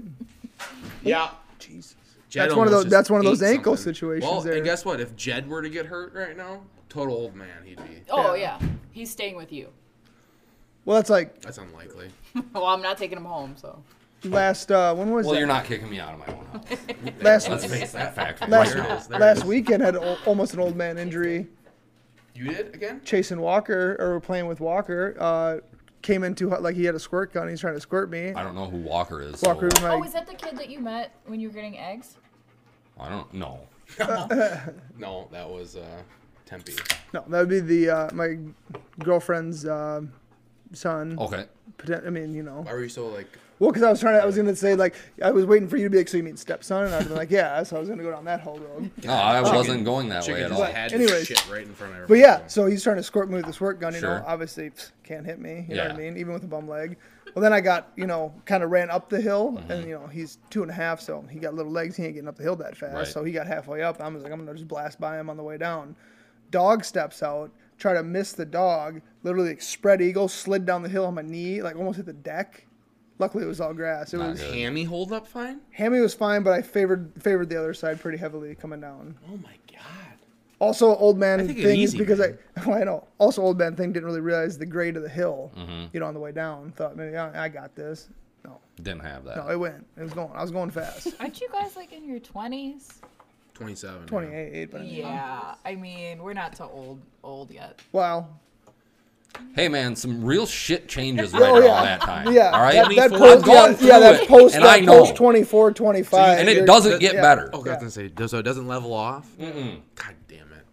Speaker 1: Yeah.
Speaker 4: Jesus.
Speaker 1: Jed
Speaker 4: That's one of those-
Speaker 1: almost just
Speaker 4: that's one of those
Speaker 1: ate
Speaker 4: ankle
Speaker 1: something.
Speaker 4: situations
Speaker 1: Well,
Speaker 4: there.
Speaker 1: and guess what? If Jed were to get hurt right now, total old man he'd be.
Speaker 2: oh
Speaker 4: Yeah.
Speaker 2: yeah he's staying with you
Speaker 4: Well, that's like
Speaker 1: That's unlikely.
Speaker 2: well i'm not taking him home so
Speaker 4: last. Uh, when was
Speaker 3: Well,
Speaker 4: that?
Speaker 3: you're not kicking me out of my own
Speaker 1: *laughs*
Speaker 3: house.
Speaker 4: last
Speaker 3: Let's face that fact
Speaker 4: last,
Speaker 3: right now.
Speaker 1: there it
Speaker 4: last
Speaker 1: is.
Speaker 4: weekend had al- almost an old man injury.
Speaker 1: You did again?
Speaker 4: Chasing Walker or playing with Walker. Uh, came in too hot. Like he had a squirt gun. He's trying to squirt me.
Speaker 3: I don't know who Walker is. so-
Speaker 4: Walker was
Speaker 2: oh
Speaker 4: like,
Speaker 2: is that the kid that you met when you were getting eggs
Speaker 3: I don't know.
Speaker 1: No, that was uh, Tempe.
Speaker 4: no, that would be the uh, my girlfriend's uh, son.
Speaker 3: Okay.
Speaker 4: Poten- I mean, you know.
Speaker 1: Why were you so like?
Speaker 4: Well, because I was trying to, I was gonna say like, I was waiting for you to be like, so you mean stepson? And I'd be like, yeah. So I was gonna go down that whole road.
Speaker 3: No, I wasn't going that way
Speaker 1: Chicken
Speaker 3: at
Speaker 1: just
Speaker 3: all.
Speaker 1: had
Speaker 4: Anyways.
Speaker 1: shit right in front of
Speaker 4: But
Speaker 1: everybody.
Speaker 4: yeah, so he's trying to squirt me with a squirt gun. You know,
Speaker 3: Sure.
Speaker 4: obviously pfft, can't hit me. You know what I
Speaker 3: Yeah.
Speaker 4: mean? Even with a bum leg. Well, then I got you know kind of ran up the hill,
Speaker 3: Mm-hmm.
Speaker 4: and you know he's two and a half, so he got little legs. He ain't getting up the hill that fast.
Speaker 3: Right.
Speaker 4: So he got halfway up. I was like, I'm gonna just blast by him on the way down. Dog steps out, try to miss the dog. Literally like, spread eagle, slid down the hill on my knee, like almost hit the deck. Luckily, it was all grass. It
Speaker 3: Not
Speaker 4: was
Speaker 3: good.
Speaker 1: Hammy hold up fine.
Speaker 4: Hammy was fine, but I favored favored the other side pretty heavily coming down.
Speaker 1: Oh my god.
Speaker 4: Also, old man
Speaker 1: think it
Speaker 4: thing is
Speaker 1: easy,
Speaker 4: because
Speaker 1: man.
Speaker 4: I, *laughs* well, I know. Also, old man thing didn't really realize the grade of the hill.
Speaker 3: Mm-hmm.
Speaker 4: You know, on the way down, thought maybe I, I got this. No,
Speaker 3: Didn't have that.
Speaker 4: no, it went. It was going. I was
Speaker 3: *laughs*
Speaker 4: going fast.
Speaker 5: Aren't you guys like in your 20s?
Speaker 1: 27. yeah.
Speaker 4: Twenty-eight, but I mean,
Speaker 5: Yeah. I mean, we're not so old old yet.
Speaker 4: wow.
Speaker 3: hey man, some real shit changes right
Speaker 4: Oh,
Speaker 3: around
Speaker 4: yeah.
Speaker 3: that time.
Speaker 4: Yeah,
Speaker 3: All right.
Speaker 4: that, that
Speaker 3: I've
Speaker 4: post,
Speaker 3: gone
Speaker 4: yeah, yeah,
Speaker 3: through
Speaker 4: that
Speaker 3: it,
Speaker 4: post,
Speaker 3: and
Speaker 4: that
Speaker 3: I know.
Speaker 4: post 24, 25.
Speaker 3: and it
Speaker 4: you're-
Speaker 3: doesn't get
Speaker 4: yeah.
Speaker 3: better.
Speaker 1: Oh, God, I was gonna say, does- so it doesn't level off? God damn it.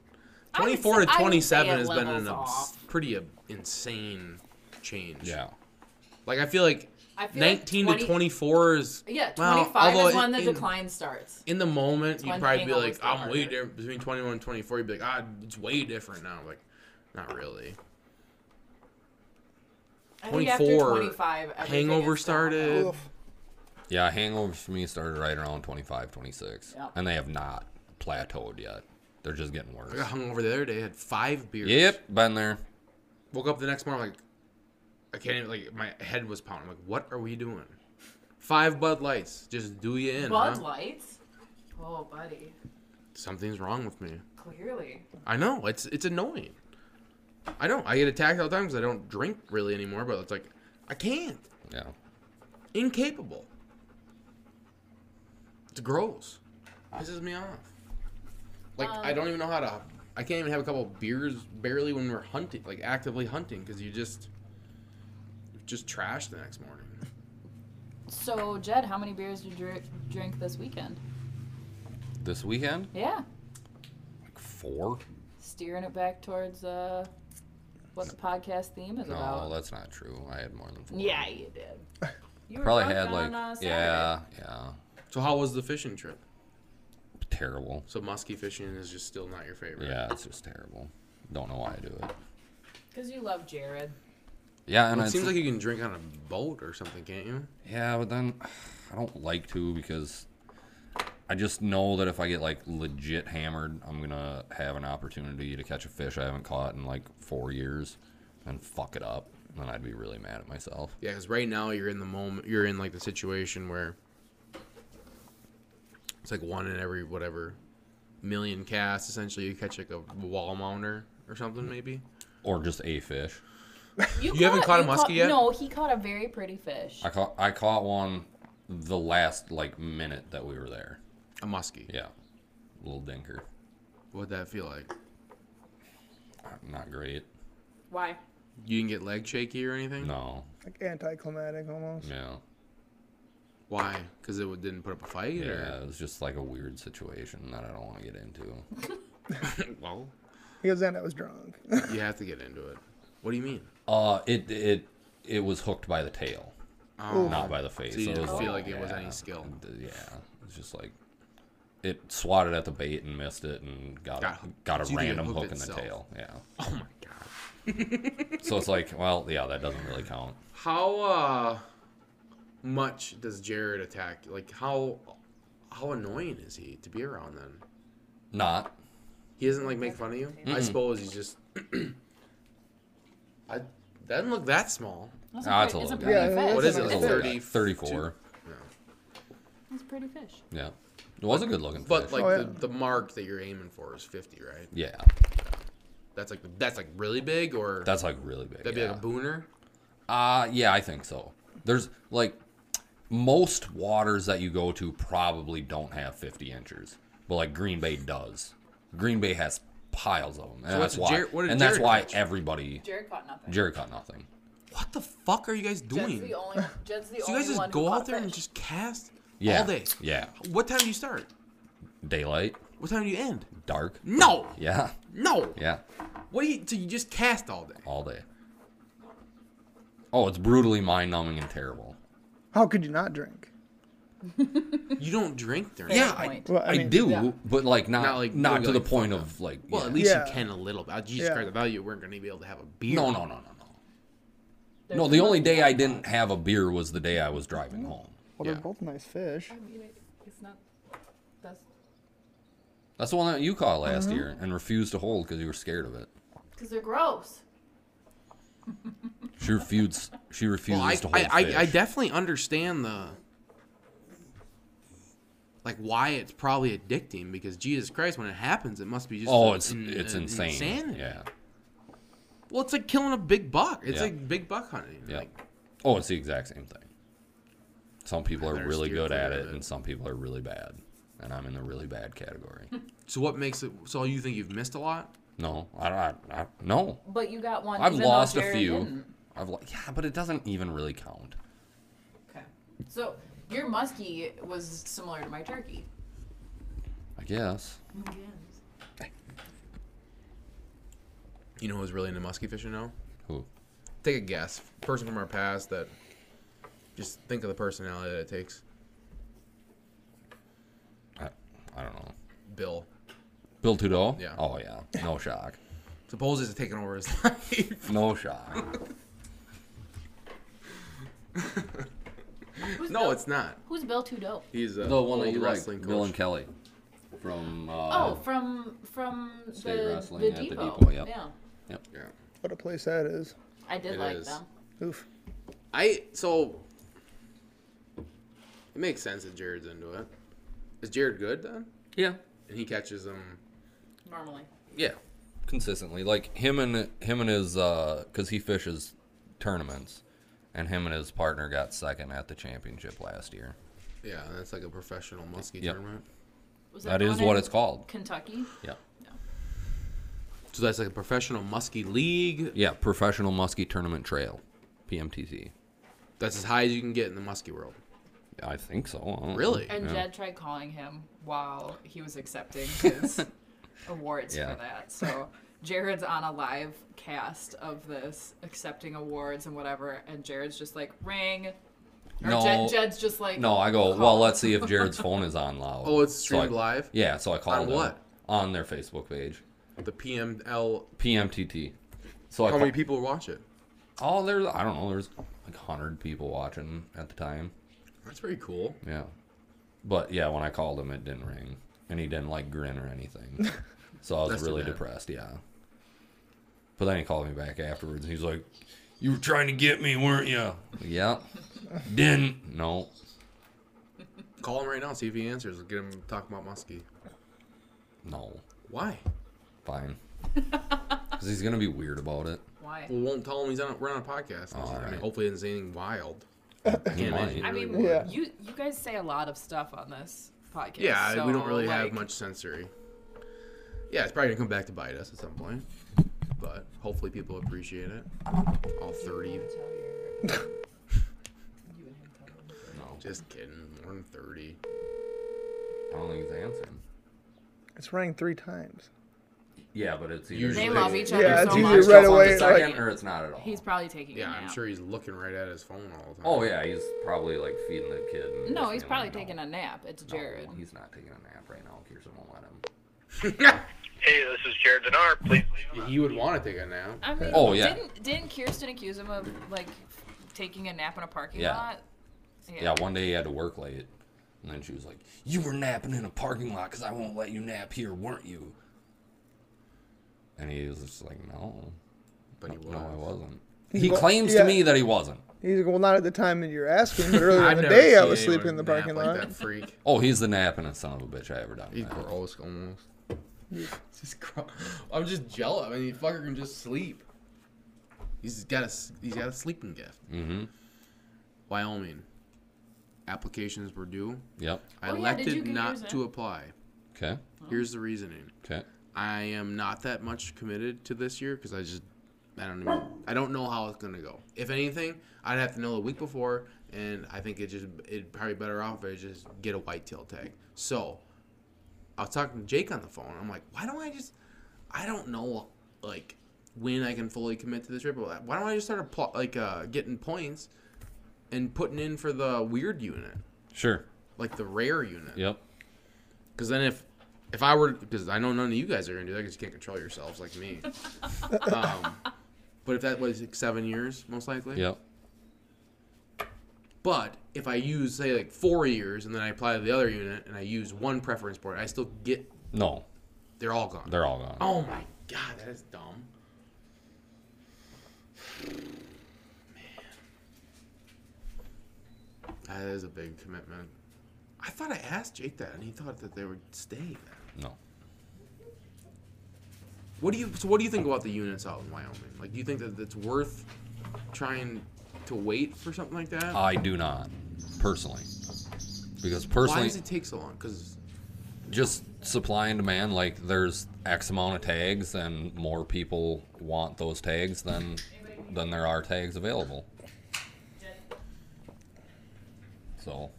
Speaker 2: I would
Speaker 1: 24
Speaker 2: say-
Speaker 1: to
Speaker 2: I would say
Speaker 1: 27
Speaker 2: it
Speaker 1: has been
Speaker 2: levels
Speaker 1: an abs-
Speaker 2: off.
Speaker 1: pretty uh, insane change.
Speaker 3: Yeah.
Speaker 1: Like, I feel like
Speaker 2: I feel like
Speaker 1: 19 to
Speaker 2: 20
Speaker 1: 24 is.
Speaker 5: Yeah,
Speaker 1: well,
Speaker 5: 25
Speaker 1: although
Speaker 5: is when
Speaker 1: in-
Speaker 5: the
Speaker 1: in-
Speaker 5: decline starts.
Speaker 1: In the moment, you'd
Speaker 5: when
Speaker 1: probably be
Speaker 5: hangovers
Speaker 1: like,
Speaker 5: get
Speaker 1: I'm way
Speaker 5: harder.
Speaker 1: different. Between 21 and 24, you'd be like, ah, it's way different now. Like, not really.
Speaker 5: I think after
Speaker 1: 24,
Speaker 5: 25, everything
Speaker 1: Hangover
Speaker 5: is downhill.
Speaker 1: started.
Speaker 3: Yeah, hangovers for me started right around 25, 26.
Speaker 5: Yep.
Speaker 3: And they have not plateaued yet. They're just getting worse.
Speaker 1: I got hungover the other day, had five beers.
Speaker 3: Yep, been there.
Speaker 1: Woke up the next morning, like, I can't even, like, my head was pounding. Like, what are we doing? Five Bud Lights. Just do you in.
Speaker 2: Bud
Speaker 1: huh?
Speaker 2: Lights. Oh, buddy.
Speaker 1: Something's wrong with me.
Speaker 2: Clearly.
Speaker 1: I know it's it's annoying. I know I get attacked all the time because I don't drink really anymore. But it's like I can't.
Speaker 3: Yeah.
Speaker 1: Incapable. It's gross. Pisses me off. Like I don't even know how to. I can't even have a couple of beers barely when we're hunting, like actively hunting, because you just you're just trash the next morning.
Speaker 5: So, Jed, how many beers did you drink, drink this weekend?
Speaker 3: This weekend,
Speaker 5: Yeah.
Speaker 3: like four.
Speaker 5: Steering it back towards uh, what the podcast theme is
Speaker 3: No,
Speaker 5: about.
Speaker 3: that's not true. I had more than four.
Speaker 5: Yeah, you did. *laughs* You were
Speaker 3: Probably
Speaker 5: drunk
Speaker 3: had like
Speaker 5: on, uh, Saturday.
Speaker 3: yeah, yeah.
Speaker 1: So how was the fishing trip?
Speaker 3: Terrible.
Speaker 1: So musky fishing is just still not your favorite.
Speaker 3: Yeah, it's just terrible. Don't know why I do it.
Speaker 5: Because you love Jared.
Speaker 3: Yeah, and
Speaker 1: It
Speaker 3: it's,
Speaker 1: seems like you can drink on a boat or something, can't you?
Speaker 3: yeah, but then I don't like to because I just know that if I get like legit hammered, I'm gonna have an opportunity to catch a fish I haven't caught in like four years, and fuck it up, and then I'd be really mad at myself.
Speaker 1: Yeah, because right now you're in the moment, you're in like the situation where it's like one in every whatever million casts. Essentially, you catch like a wall mounter or something,
Speaker 3: Mm.
Speaker 1: maybe.
Speaker 3: Or just a fish.
Speaker 1: You haven't caught a muskie yet?
Speaker 5: No, he caught a very pretty fish.
Speaker 3: I caught I caught one the last like minute that we were there.
Speaker 1: A muskie.
Speaker 3: Yeah, little dinker,
Speaker 1: What'd that feel like?
Speaker 3: not great.
Speaker 2: Why?
Speaker 1: You didn't get leg shaky or anything?
Speaker 3: No,
Speaker 4: Like anticlimactic almost.
Speaker 3: yeah,
Speaker 1: Why? Because it would- didn't put up a fight?
Speaker 3: yeah. It was just like a weird situation that I don't want to get into.
Speaker 1: Or, well,
Speaker 4: Because then I was drunk. *laughs*
Speaker 1: you have to get into it. What do you mean?
Speaker 3: Uh, it it it was hooked by the tail,
Speaker 1: Oh.
Speaker 3: not by the face.
Speaker 1: So you
Speaker 3: it
Speaker 1: didn't
Speaker 3: was
Speaker 1: feel like it was any skill.
Speaker 3: d- Yeah, it's just like it swatted at the bait and missed it and got
Speaker 1: Got hooked.
Speaker 3: got, a
Speaker 1: It's either it
Speaker 3: random
Speaker 1: hooked
Speaker 3: hook in the
Speaker 1: itself.
Speaker 3: tail. Yeah,
Speaker 1: Oh my god.
Speaker 3: so it's like, well, yeah, that doesn't really count.
Speaker 1: How uh much does Jared attack? Like how how annoying is he to be around then?
Speaker 3: Not
Speaker 1: He doesn't like make fun of you. I suppose he's just. *clears throat* I doesn't look that small.
Speaker 5: That's
Speaker 3: Ah,
Speaker 5: pretty-
Speaker 3: it's a
Speaker 5: it's a
Speaker 3: little
Speaker 5: pretty
Speaker 3: guy.
Speaker 5: fish.
Speaker 4: Yeah,
Speaker 1: What is it?
Speaker 4: It's
Speaker 1: Like
Speaker 4: a little
Speaker 1: 30,
Speaker 3: guy. 34.
Speaker 1: No.
Speaker 5: It's a pretty fish.
Speaker 3: Yeah, it was a good looking fish.
Speaker 1: But like
Speaker 4: Oh, yeah.
Speaker 1: the, the mark that you're aiming for is 50, right?
Speaker 3: yeah,
Speaker 1: That's like that's like really big, or
Speaker 3: that's like really big.
Speaker 1: that'd be
Speaker 3: yeah.
Speaker 1: like a booner.
Speaker 3: Uh, yeah, I think so. There's like most waters that you go to probably don't have 50 inches, but like Green Bay does. Green Bay has piles of them, and
Speaker 1: what's
Speaker 3: that's why.
Speaker 1: Jer- what did
Speaker 3: and that's
Speaker 1: Jared
Speaker 3: why
Speaker 1: catch?
Speaker 3: everybody
Speaker 5: Jared caught nothing.
Speaker 3: Jerry caught nothing.
Speaker 1: What the fuck are you guys
Speaker 5: Jed's
Speaker 1: doing?
Speaker 5: the only. Jed's the
Speaker 1: so you
Speaker 5: only
Speaker 1: guys just
Speaker 5: one
Speaker 1: go
Speaker 5: who
Speaker 1: out
Speaker 5: caught
Speaker 1: there and
Speaker 5: fish.
Speaker 1: just cast
Speaker 3: Yeah,
Speaker 1: all day.
Speaker 3: Yeah,
Speaker 1: What time do you start?
Speaker 3: daylight,
Speaker 1: What time do you end?
Speaker 3: dark.
Speaker 1: No,
Speaker 3: Yeah,
Speaker 1: no.
Speaker 3: yeah,
Speaker 1: What do you? So you just cast all day?
Speaker 3: all day. Oh, it's brutally mind numbing and terrible.
Speaker 4: How could you not drink?
Speaker 1: You don't drink during?
Speaker 5: Fair
Speaker 3: Yeah, I-
Speaker 5: point.
Speaker 4: Well,
Speaker 3: I,
Speaker 4: I, mean,
Speaker 3: do,
Speaker 5: Yeah.
Speaker 3: but like not
Speaker 1: Not,
Speaker 3: not,
Speaker 1: like, really,
Speaker 3: to the
Speaker 1: like,
Speaker 3: point of like.
Speaker 1: Well,
Speaker 3: yeah.
Speaker 1: at least you
Speaker 4: Yeah.
Speaker 1: can a little bit. Jesus
Speaker 4: Yeah.
Speaker 1: Christ, I thought you weren't going to be able to have a beer.
Speaker 3: no, no, no, no, no.
Speaker 5: There's
Speaker 3: no, the only
Speaker 5: nothing
Speaker 3: day
Speaker 5: out
Speaker 3: I didn't have a beer was the day I was driving
Speaker 1: Mm-hmm.
Speaker 3: home.
Speaker 4: well,
Speaker 1: yeah.
Speaker 4: they're both nice fish.
Speaker 5: there. I mean, it- It's not. That's
Speaker 3: That's the one that you caught last
Speaker 1: Mm-hmm.
Speaker 3: year and refused to hold because you were scared of it.
Speaker 5: because they're gross.
Speaker 3: She refused. She refuses
Speaker 1: Well, I,
Speaker 3: to hold
Speaker 1: I, I, I
Speaker 3: fish.
Speaker 1: definitely understand the. like why it's probably addicting because Jesus Christ, when it happens, it must be just
Speaker 3: Oh,
Speaker 1: an-
Speaker 3: it's
Speaker 1: an-
Speaker 3: it's
Speaker 1: an
Speaker 3: insane.
Speaker 1: insanity.
Speaker 3: Yeah.
Speaker 1: Well, it's like killing a big buck. It's
Speaker 3: Yeah.
Speaker 1: like big buck hunting.
Speaker 3: Yeah.
Speaker 1: Like,
Speaker 3: Oh, it's the exact same thing. Some people are
Speaker 1: better
Speaker 3: really
Speaker 1: steer
Speaker 3: good
Speaker 1: clear
Speaker 3: at
Speaker 1: of
Speaker 3: it,
Speaker 1: it.
Speaker 3: and some people are really bad. And I'm in the really bad category.
Speaker 1: so what makes it? So you think you've missed a lot?
Speaker 3: no, I don't. I, I, no,
Speaker 5: But you got one.
Speaker 3: I've
Speaker 5: even though
Speaker 3: lost a
Speaker 5: Jared
Speaker 3: few.
Speaker 5: didn't.
Speaker 3: I've lo- yeah, but it doesn't even really count.
Speaker 5: Okay. So your muskie was similar to my turkey.
Speaker 3: I guess.
Speaker 1: You know who's really into musky fishing now?
Speaker 3: Who?
Speaker 1: Take a guess. Person from our past that. Just think of the personality that it takes.
Speaker 3: I, I don't know.
Speaker 1: Bill.
Speaker 3: Bill Trudeau?
Speaker 1: Yeah.
Speaker 3: Oh yeah. No shock.
Speaker 1: Suppose it's taking over his *laughs* life.
Speaker 3: No shock.
Speaker 5: Who's
Speaker 1: no,
Speaker 5: Bill-
Speaker 1: it's not.
Speaker 5: Who's Bill Tudo?
Speaker 1: He's a
Speaker 3: the one that
Speaker 1: old
Speaker 3: you like,
Speaker 1: wrestling
Speaker 3: Bill
Speaker 1: coach.
Speaker 3: and Kelly, from uh,
Speaker 5: Oh, from from
Speaker 3: State
Speaker 5: the,
Speaker 3: Wrestling
Speaker 5: the
Speaker 3: at the
Speaker 5: depot.
Speaker 3: depot, yep.
Speaker 5: Yeah,
Speaker 1: yeah.
Speaker 4: What a place that is.
Speaker 5: I did
Speaker 1: It
Speaker 5: like
Speaker 1: is.
Speaker 5: them.
Speaker 4: Oof.
Speaker 1: I so it makes sense that Jared's into it. Is Jared good then?
Speaker 3: yeah,
Speaker 1: And he catches them.
Speaker 5: Normally,
Speaker 3: yeah, consistently. Like him and him and his because he fishes tournaments, and him and his partner got second at the championship last year.
Speaker 1: Yeah, and that's like a professional muskie
Speaker 3: Yep.
Speaker 1: tournament.
Speaker 5: was
Speaker 3: That
Speaker 5: the
Speaker 3: is
Speaker 5: one
Speaker 3: what
Speaker 5: in
Speaker 3: it's called.
Speaker 5: Kentucky.
Speaker 3: Yeah,
Speaker 1: So that's like a professional muskie league.
Speaker 3: yeah, professional muskie tournament trail, PMTC.
Speaker 1: That's as high as you can get in the muskie world.
Speaker 3: I think so. I don't know.
Speaker 1: Really?
Speaker 5: And
Speaker 3: Yeah.
Speaker 5: Jed tried calling him while he was accepting
Speaker 3: *laughs*
Speaker 5: his awards
Speaker 3: Yeah.
Speaker 5: for that. So Jared's on a live cast of this accepting awards and whatever, and Jared's just like ring. Or
Speaker 3: No.
Speaker 5: Jed, Jed's just like
Speaker 3: No, I go.
Speaker 5: call.
Speaker 3: Well,
Speaker 5: *laughs*
Speaker 3: let's see if Jared's phone is on loud.
Speaker 1: Oh, it's
Speaker 3: So I-
Speaker 1: streamed live?
Speaker 3: Yeah, so I called him
Speaker 1: what?
Speaker 3: on their Facebook page,
Speaker 1: The PML.
Speaker 3: PMTT. So I
Speaker 1: How many
Speaker 3: called.
Speaker 1: people watch it?
Speaker 3: Oh, there's I don't know. There's like hundred people watching at the time.
Speaker 1: That's pretty cool.
Speaker 3: Yeah, but yeah, when I called him, it didn't ring, and he didn't like grin or anything.
Speaker 1: *laughs*
Speaker 3: So I was
Speaker 1: That's too
Speaker 3: really
Speaker 1: bad.
Speaker 3: depressed. Yeah. But then he called me back afterwards, and he's like, "You were trying to get me, weren't you?" Yeah.
Speaker 1: *laughs*
Speaker 3: didn't. No.
Speaker 1: Call him right now. See if he answers. Get him talking about muskie.
Speaker 3: No.
Speaker 1: Why?
Speaker 3: Fine. *laughs* Because he's gonna be weird about it.
Speaker 5: Why?
Speaker 1: We won't tell him he's on. A, we're on a podcast.
Speaker 3: All
Speaker 1: I mean,
Speaker 3: right.
Speaker 1: hopefully, it isn't anything wild.
Speaker 3: He
Speaker 1: Can't
Speaker 3: might.
Speaker 1: imagine.
Speaker 5: I
Speaker 1: really
Speaker 5: mean,
Speaker 1: would.
Speaker 4: Yeah.
Speaker 5: you you guys say a lot of stuff on this podcast.
Speaker 1: Yeah, we don't
Speaker 5: so,
Speaker 1: really have
Speaker 5: like,
Speaker 1: much sensory. Yeah, it's probably gonna come back to bite us at some point, but hopefully people appreciate it. All thirty.
Speaker 3: No.
Speaker 1: Just kidding. More than thirty.
Speaker 3: I don't think he's answering.
Speaker 4: It's rang three times.
Speaker 3: Yeah, but it's either
Speaker 1: Usually-
Speaker 5: They
Speaker 1: They
Speaker 5: love each other
Speaker 4: Yeah,
Speaker 5: so
Speaker 4: it's
Speaker 5: much.
Speaker 4: usually right away,
Speaker 3: It's
Speaker 4: like-
Speaker 3: second or it's not at all.
Speaker 5: He's probably taking.
Speaker 1: Yeah,
Speaker 5: a
Speaker 1: I'm
Speaker 5: nap.
Speaker 1: sure he's looking right at his phone all the time.
Speaker 3: Oh yeah, he's probably like feeding the kid. And
Speaker 5: No,
Speaker 3: just
Speaker 5: he's
Speaker 3: being
Speaker 5: probably
Speaker 3: like,
Speaker 5: taking
Speaker 3: no,
Speaker 5: a nap. It's
Speaker 3: no,
Speaker 5: Jared.
Speaker 3: he's not taking a nap right now. Kirsten won't let him.
Speaker 1: Oh, *laughs*
Speaker 6: Hey, this is Jared Denar. Please leave
Speaker 1: He would want to take a nap.
Speaker 5: I mean,
Speaker 3: Oh, yeah.
Speaker 5: Didn't, didn't Kirsten accuse him of like taking a nap in a parking
Speaker 3: Yeah.
Speaker 5: lot?
Speaker 3: Yeah, one day he had to work late, and then she was like, "You were napping in a parking lot because I won't let you nap here, weren't you?" And he was just like, "No,
Speaker 1: But he
Speaker 3: no, I
Speaker 1: was.
Speaker 3: wasn't." He
Speaker 4: wa-
Speaker 3: claims
Speaker 4: yeah.
Speaker 3: to me that he wasn't.
Speaker 4: He's well, not at the time that you're asking, but earlier in the
Speaker 1: never
Speaker 4: day I
Speaker 1: seen
Speaker 4: was sleeping in
Speaker 1: anyone
Speaker 4: the
Speaker 1: nap
Speaker 4: parking
Speaker 1: like
Speaker 4: lot.
Speaker 1: That freak.
Speaker 3: Oh, he's the napping son of a bitch I ever done.
Speaker 1: He's
Speaker 3: that.
Speaker 1: gross *laughs* almost. Just gro- I'm just jealous. I mean, you fucker can just sleep. He's got a s- he's got a sleeping gift.
Speaker 3: Mhm.
Speaker 1: Wyoming. Applications were due.
Speaker 3: Yep.
Speaker 5: Oh,
Speaker 1: I
Speaker 5: yeah, did
Speaker 1: elected
Speaker 5: you get yours Oh.
Speaker 1: not
Speaker 5: in?
Speaker 1: to apply.
Speaker 3: Okay.
Speaker 1: Here's the reasoning.
Speaker 3: Okay.
Speaker 1: I am not that much committed to this year because I just I don't even, I don't know how it's gonna go. If anything, I'd have to know the week before, and I think it just it'd probably better off if I just get a whitetail tag. So I was talking to Jake on the phone. I'm like, why don't I just I don't know like when I can fully commit to this trip. but Why don't I just start appl- like uh, getting points and putting in for the weird unit,
Speaker 3: Sure.
Speaker 1: like the rare unit?
Speaker 3: Yep.
Speaker 1: Because then if if I were, because I know none of you guys are gonna do that because you can't control yourselves like me. um, but if that was like seven years, most likely.
Speaker 3: Yep.
Speaker 1: But if I use say like four years and then I apply to the other unit and I use one preference point, I still get
Speaker 3: No,
Speaker 1: they're all gone.
Speaker 3: they're all gone.
Speaker 1: oh my god, that is dumb. *sighs* Man, that is a big commitment. I thought I asked Jake that, and he thought that they would stay. There.
Speaker 3: No.
Speaker 1: What do you? So what do you think about the units out in Wyoming? Like, do you think that it's worth trying to wait for something like that?
Speaker 3: I do not, personally. Because
Speaker 1: Why
Speaker 3: personally,
Speaker 1: does it take so long? Because
Speaker 3: just supply and demand, like there's X amount of tags and more people want those tags than than there are tags available. So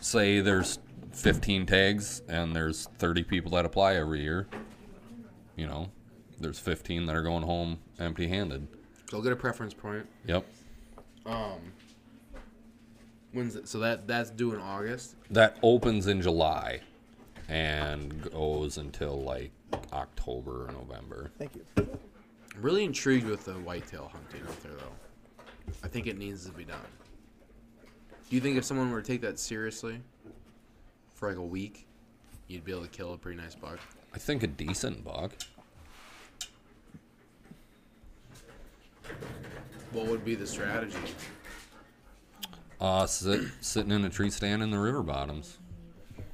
Speaker 3: say there's 15 tags and there's 30 people that apply every year. You know, there's 15 that are going home empty-handed.
Speaker 1: they'll get a preference point.
Speaker 3: Yep.
Speaker 1: Um. When's it, so that that's due in August?
Speaker 3: that opens in July and goes until like October or November.
Speaker 4: Thank you.
Speaker 1: I'm really intrigued with the whitetail hunting out there, though. I think it needs to be done. Do you think if someone were to take that seriously for like a week, you'd be able to kill a pretty nice buck?
Speaker 3: I think a decent buck.
Speaker 1: What would be the strategy?
Speaker 3: Uh, sit, sitting in a tree stand in the river bottoms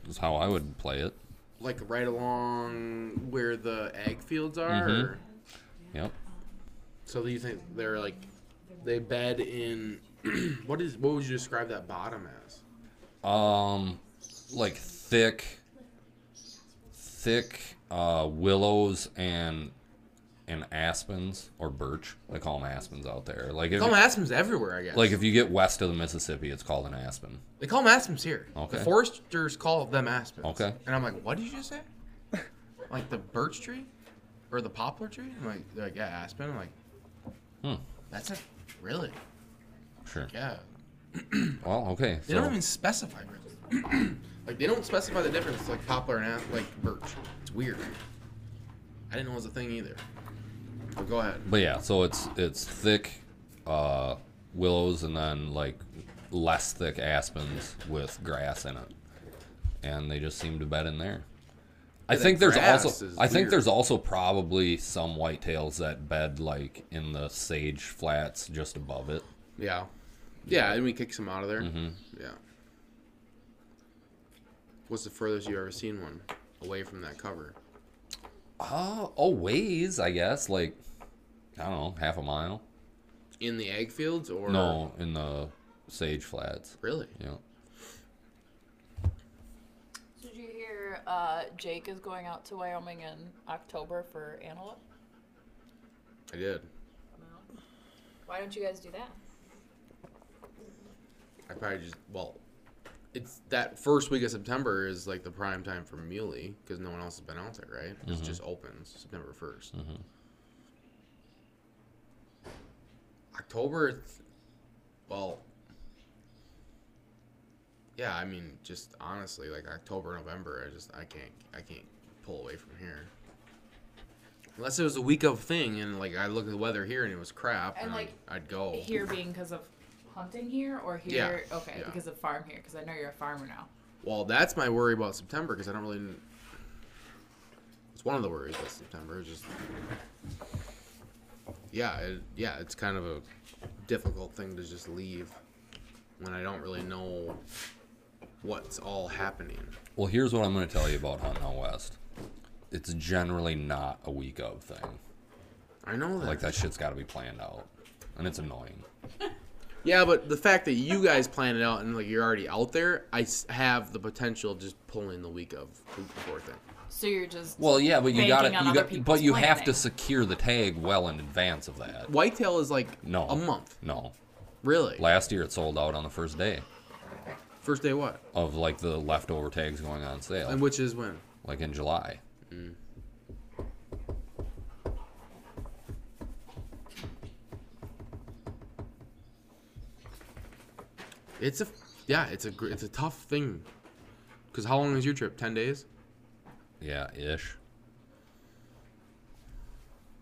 Speaker 3: is how I would play it.
Speaker 1: Like right along where the egg fields are?
Speaker 3: Mhm.
Speaker 1: Or,
Speaker 3: Yep.
Speaker 1: so do you think they're like they bed in? *clears throat* what is what would you describe that bottom as?
Speaker 3: Um, like thick, thick uh, willows and and aspens or birch. They call them aspens out there. Like
Speaker 1: They
Speaker 3: if
Speaker 1: call them aspens everywhere, I guess.
Speaker 3: like if you get west of the Mississippi, it's called an aspen.
Speaker 1: they call them aspens here.
Speaker 3: Okay.
Speaker 1: The foresters call them aspens.
Speaker 3: Okay.
Speaker 1: And I'm like, what did you just
Speaker 3: *laughs*
Speaker 1: say? like the birch tree or the poplar tree? I'm like, they're like, yeah, aspen. I'm like,
Speaker 3: Hmm.
Speaker 1: that's it. Really?
Speaker 3: Sure.
Speaker 1: Yeah.
Speaker 3: Well, okay.
Speaker 1: They
Speaker 3: so-
Speaker 1: don't even specify really. *clears throat* like they don't specify the difference like poplar and aspen, like birch. It's weird. I didn't know it was a thing either. But go ahead.
Speaker 3: But yeah, so it's it's thick uh, willows and then like less thick aspens with grass in it, and they just seem to bed in there. I
Speaker 1: Yeah, that
Speaker 3: think there's
Speaker 1: grass
Speaker 3: also
Speaker 1: is
Speaker 3: I think
Speaker 1: weird.
Speaker 3: there's also probably some whitetails that bed like in the sage flats just above it.
Speaker 1: Yeah. Yeah, and we kick some out of there.
Speaker 3: Mhm.
Speaker 1: Yeah. What's the furthest you've ever seen one away from that cover? Ah.
Speaker 3: Uh, oh, ways I guess like I don't know half a mile.
Speaker 1: In the egg fields or
Speaker 3: no, in the sage flats.
Speaker 1: Really?
Speaker 3: Yeah.
Speaker 5: Did you hear uh, Jake is going out to Wyoming in October for antelope?
Speaker 1: I did.
Speaker 5: Why don't you guys do that?
Speaker 1: I probably just well, it's that first week of September is like the prime time for muley because no one else has been out there, right? It
Speaker 3: Mhm.
Speaker 1: just opens September 1st
Speaker 3: hmm
Speaker 1: October. it's- Well, yeah, I mean, just honestly, like October, November, I just I can't I can't pull away from here. Unless it was a week of thing and like I look at the weather here and it was crap and,
Speaker 5: And,
Speaker 1: like,
Speaker 5: like,
Speaker 1: I'd go.
Speaker 5: Here being because of hunting here or
Speaker 1: Oh. Yeah,
Speaker 5: here? Okay,
Speaker 1: yeah.
Speaker 5: because of farm here because I know you're a farmer now.
Speaker 1: Well, that's my worry about September because I don't really. It's one of the worries about September. It's just. Yeah, it, yeah, it's kind of a difficult thing to just leave when I don't really know what's all happening.
Speaker 3: Well, here's what I'm going to tell you about hunting out west. It's generally not a week of thing.
Speaker 1: I know that.
Speaker 3: Like that shit's got to be planned out, and it's annoying.
Speaker 1: Yeah, but the fact that you guys plan it out and like you're already out there, I s- have the potential of just pulling the week of week before thing.
Speaker 5: So you're just
Speaker 3: Well, yeah, but you
Speaker 5: Banking
Speaker 3: got
Speaker 5: on
Speaker 3: to you
Speaker 5: other
Speaker 3: got but
Speaker 5: people's
Speaker 3: you have to
Speaker 5: planning.
Speaker 3: secure the tag well in advance of that.
Speaker 1: Whitetail is like
Speaker 3: No.
Speaker 1: a month,
Speaker 3: No.
Speaker 1: really.
Speaker 3: Last year it sold out on the first day
Speaker 1: First day what?
Speaker 3: of like the leftover tags going on sale,
Speaker 1: And which is when?
Speaker 3: like in July.
Speaker 1: It's a yeah, it's a gr- it's a tough thing. Cause how long is your trip? Ten days.
Speaker 3: Yeah, ish.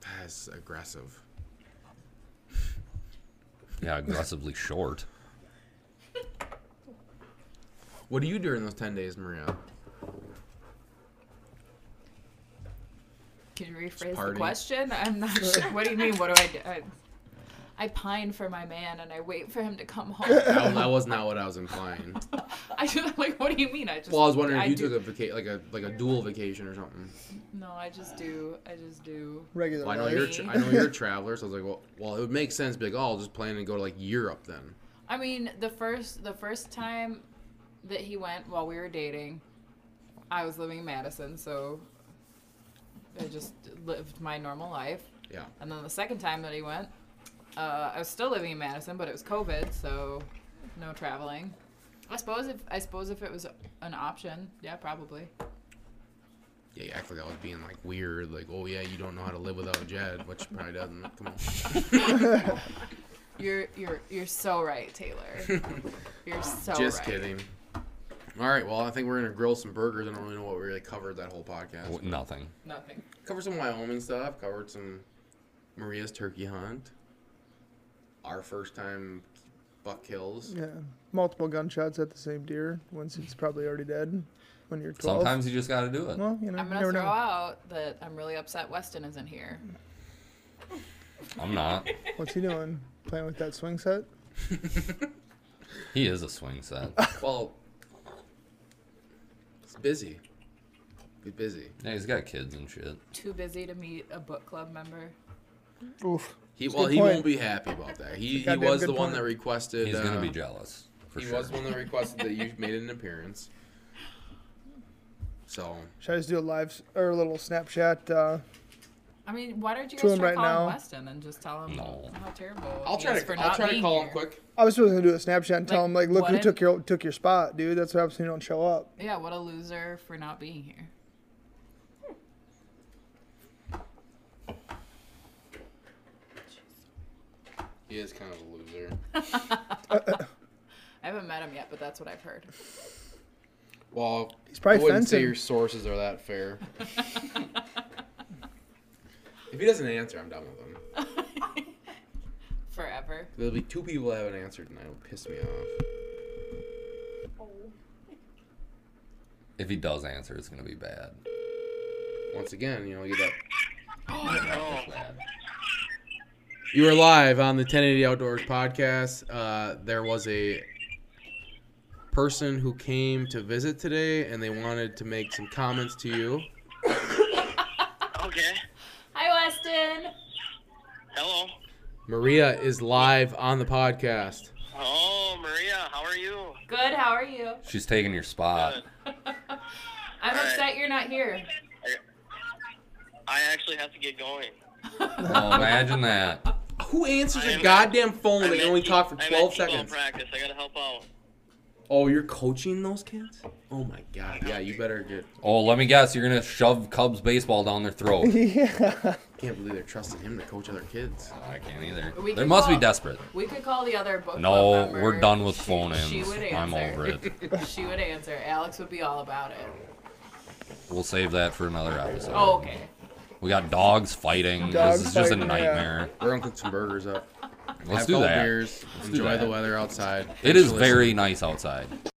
Speaker 1: That's aggressive. *laughs*
Speaker 3: Yeah, aggressively short.
Speaker 1: What do you do during those ten days, Maria?
Speaker 5: Can you rephrase the
Speaker 1: party. *laughs*
Speaker 5: question? I'm not sure. What do you mean? What do I do? I,
Speaker 2: I pine for my man and I wait for him to come
Speaker 1: *laughs* That,
Speaker 2: home.
Speaker 1: that was not what I was
Speaker 2: *laughs*
Speaker 1: implying.
Speaker 2: I just like, what do you mean? I just
Speaker 1: Well, I was wondering
Speaker 2: I
Speaker 1: if you
Speaker 2: do-
Speaker 1: took a vaca- like a like a dual vacation or something.
Speaker 2: No, I just do. I just do.
Speaker 4: Regular.
Speaker 1: Well, I know
Speaker 4: life.
Speaker 1: you're tra- I know you're travelers. I was like, well, well, it would make sense. Big, like, oh, I'll just plan to go to like Europe then.
Speaker 2: I mean, the first the first time that he went while we were dating, I was living in Madison, so I just lived my normal life.
Speaker 1: Yeah.
Speaker 2: And then the second time that he went, uh, I was still living in Madison, but it was COVID, so no traveling. I suppose if I suppose if it was an option, yeah, probably.
Speaker 1: Yeah, you act like I was being like weird, like, oh yeah, you don't know how to live without Jed, which probably doesn't. Come on.
Speaker 2: *laughs* You're you're you're so right,
Speaker 1: *laughs*
Speaker 2: Taylor. You're so
Speaker 1: Just
Speaker 2: right.
Speaker 1: kidding. All right, well, I think we're gonna grill some burgers. I don't really know what we really covered that whole podcast.
Speaker 3: W- Nothing.
Speaker 2: Nothing.
Speaker 1: Covered some Wyoming stuff. Covered some Maria's turkey hunt. Our first time buck kills.
Speaker 4: Yeah, multiple gunshots at the same deer. Once it's probably already dead. When you're 12.
Speaker 3: Sometimes you just got to do it.
Speaker 4: Well, you know,
Speaker 2: I'm
Speaker 4: you
Speaker 2: gonna
Speaker 4: never
Speaker 2: throw
Speaker 4: know.
Speaker 2: out that I'm really upset Weston isn't here.
Speaker 3: I'm not.
Speaker 4: What's
Speaker 2: *laughs*
Speaker 4: he doing? Playing with that swing set?
Speaker 3: He is a swing set.
Speaker 1: Well, it's busy. Be busy.
Speaker 3: Yeah, he's got kids and shit.
Speaker 2: Too busy to meet a book club member.
Speaker 4: Oof.
Speaker 1: He well,
Speaker 4: good
Speaker 1: he
Speaker 4: point.
Speaker 1: won't be happy about that. He he
Speaker 4: goddamn
Speaker 1: was the
Speaker 4: good
Speaker 1: one
Speaker 4: point.
Speaker 1: that requested.
Speaker 3: He's
Speaker 1: uh,
Speaker 3: gonna be jealous. For
Speaker 1: He
Speaker 3: sure.
Speaker 1: was the one that requested that you made an appearance. So
Speaker 4: Should I just do a live s- or a little Snapchat? Uh,
Speaker 2: I mean, why don't you
Speaker 4: To
Speaker 2: guys
Speaker 4: him
Speaker 2: try
Speaker 4: right
Speaker 2: calling
Speaker 4: now.
Speaker 2: Weston and just tell him
Speaker 3: No.
Speaker 2: how terrible?
Speaker 1: I'll
Speaker 2: he
Speaker 1: try
Speaker 2: is
Speaker 1: to
Speaker 2: for
Speaker 1: I'll
Speaker 2: not
Speaker 1: try to
Speaker 2: being
Speaker 1: call him
Speaker 2: here.
Speaker 1: quick.
Speaker 4: I was supposed to do a Snapchat and tell
Speaker 2: Like,
Speaker 4: him like, look
Speaker 2: what
Speaker 4: who
Speaker 2: if-
Speaker 4: took your took your spot, dude. That's what happens when you don't show
Speaker 2: *laughs*
Speaker 4: up. *laughs*
Speaker 2: Yeah, what a loser for not being here.
Speaker 1: He is kind of a loser.
Speaker 2: I haven't met him yet, but that's what I've heard. *laughs*
Speaker 1: Well,
Speaker 4: He's probably
Speaker 1: I wouldn't say
Speaker 4: fencing.
Speaker 1: your sources are that fair. if he doesn't answer, I'm done with him.
Speaker 2: Forever.
Speaker 1: There'll be two people that haven't answered, and that would piss me off.
Speaker 3: If he does answer, it's gonna be bad.
Speaker 1: Once again, you know, you get that.
Speaker 3: Bad.
Speaker 1: You are live on the 1080 Outdoors podcast. Uh, there was a person who came to visit today, and they wanted to make some comments to you.
Speaker 6: Okay.
Speaker 2: Hi, Weston.
Speaker 6: Hello.
Speaker 1: Maria is live on the podcast.
Speaker 6: Oh, Maria, how are you?
Speaker 2: Good. How are you? *laughs*
Speaker 3: She's taking your spot.
Speaker 2: I'm upset you're not here.
Speaker 6: I actually have to get going.
Speaker 3: *laughs* Oh, imagine that.
Speaker 1: Who answers
Speaker 6: I
Speaker 1: your
Speaker 6: am-
Speaker 1: goddamn phone when
Speaker 6: I'm
Speaker 1: they
Speaker 6: at
Speaker 1: only
Speaker 6: e-
Speaker 1: talk for
Speaker 6: I'm at
Speaker 1: 12
Speaker 6: email
Speaker 1: seconds?
Speaker 6: practice. I gotta help out.
Speaker 1: Oh, you're coaching those kids? Oh my god. Yeah, you better get.
Speaker 3: Oh, let me guess. You're gonna shove Cubs baseball down their throat.
Speaker 4: *laughs* yeah.
Speaker 1: Can't believe they're trusting him to coach other kids.
Speaker 3: I can't either.
Speaker 2: We
Speaker 3: They
Speaker 2: can
Speaker 3: must be
Speaker 2: call-
Speaker 3: desperate.
Speaker 2: We could call the other book club
Speaker 3: No,
Speaker 2: member.
Speaker 3: we're done with
Speaker 2: She-
Speaker 3: phone
Speaker 2: She
Speaker 3: ins.
Speaker 2: would answer.
Speaker 3: I'm over it.
Speaker 2: *laughs* She would answer. Alex would be all about it.
Speaker 3: We'll save that for another episode.
Speaker 2: Oh, okay.
Speaker 3: We got dogs fighting.
Speaker 4: Dogs
Speaker 3: this is just
Speaker 4: fighting, yeah.
Speaker 3: a nightmare.
Speaker 1: We're gonna cook some burgers up.
Speaker 3: Let's
Speaker 1: Have
Speaker 3: do
Speaker 1: cold
Speaker 3: that.
Speaker 1: Beers,
Speaker 3: Let's do
Speaker 1: enjoy
Speaker 3: that.
Speaker 1: the weather outside.
Speaker 3: It
Speaker 1: Thanks
Speaker 3: is
Speaker 1: for listening.
Speaker 3: very nice outside.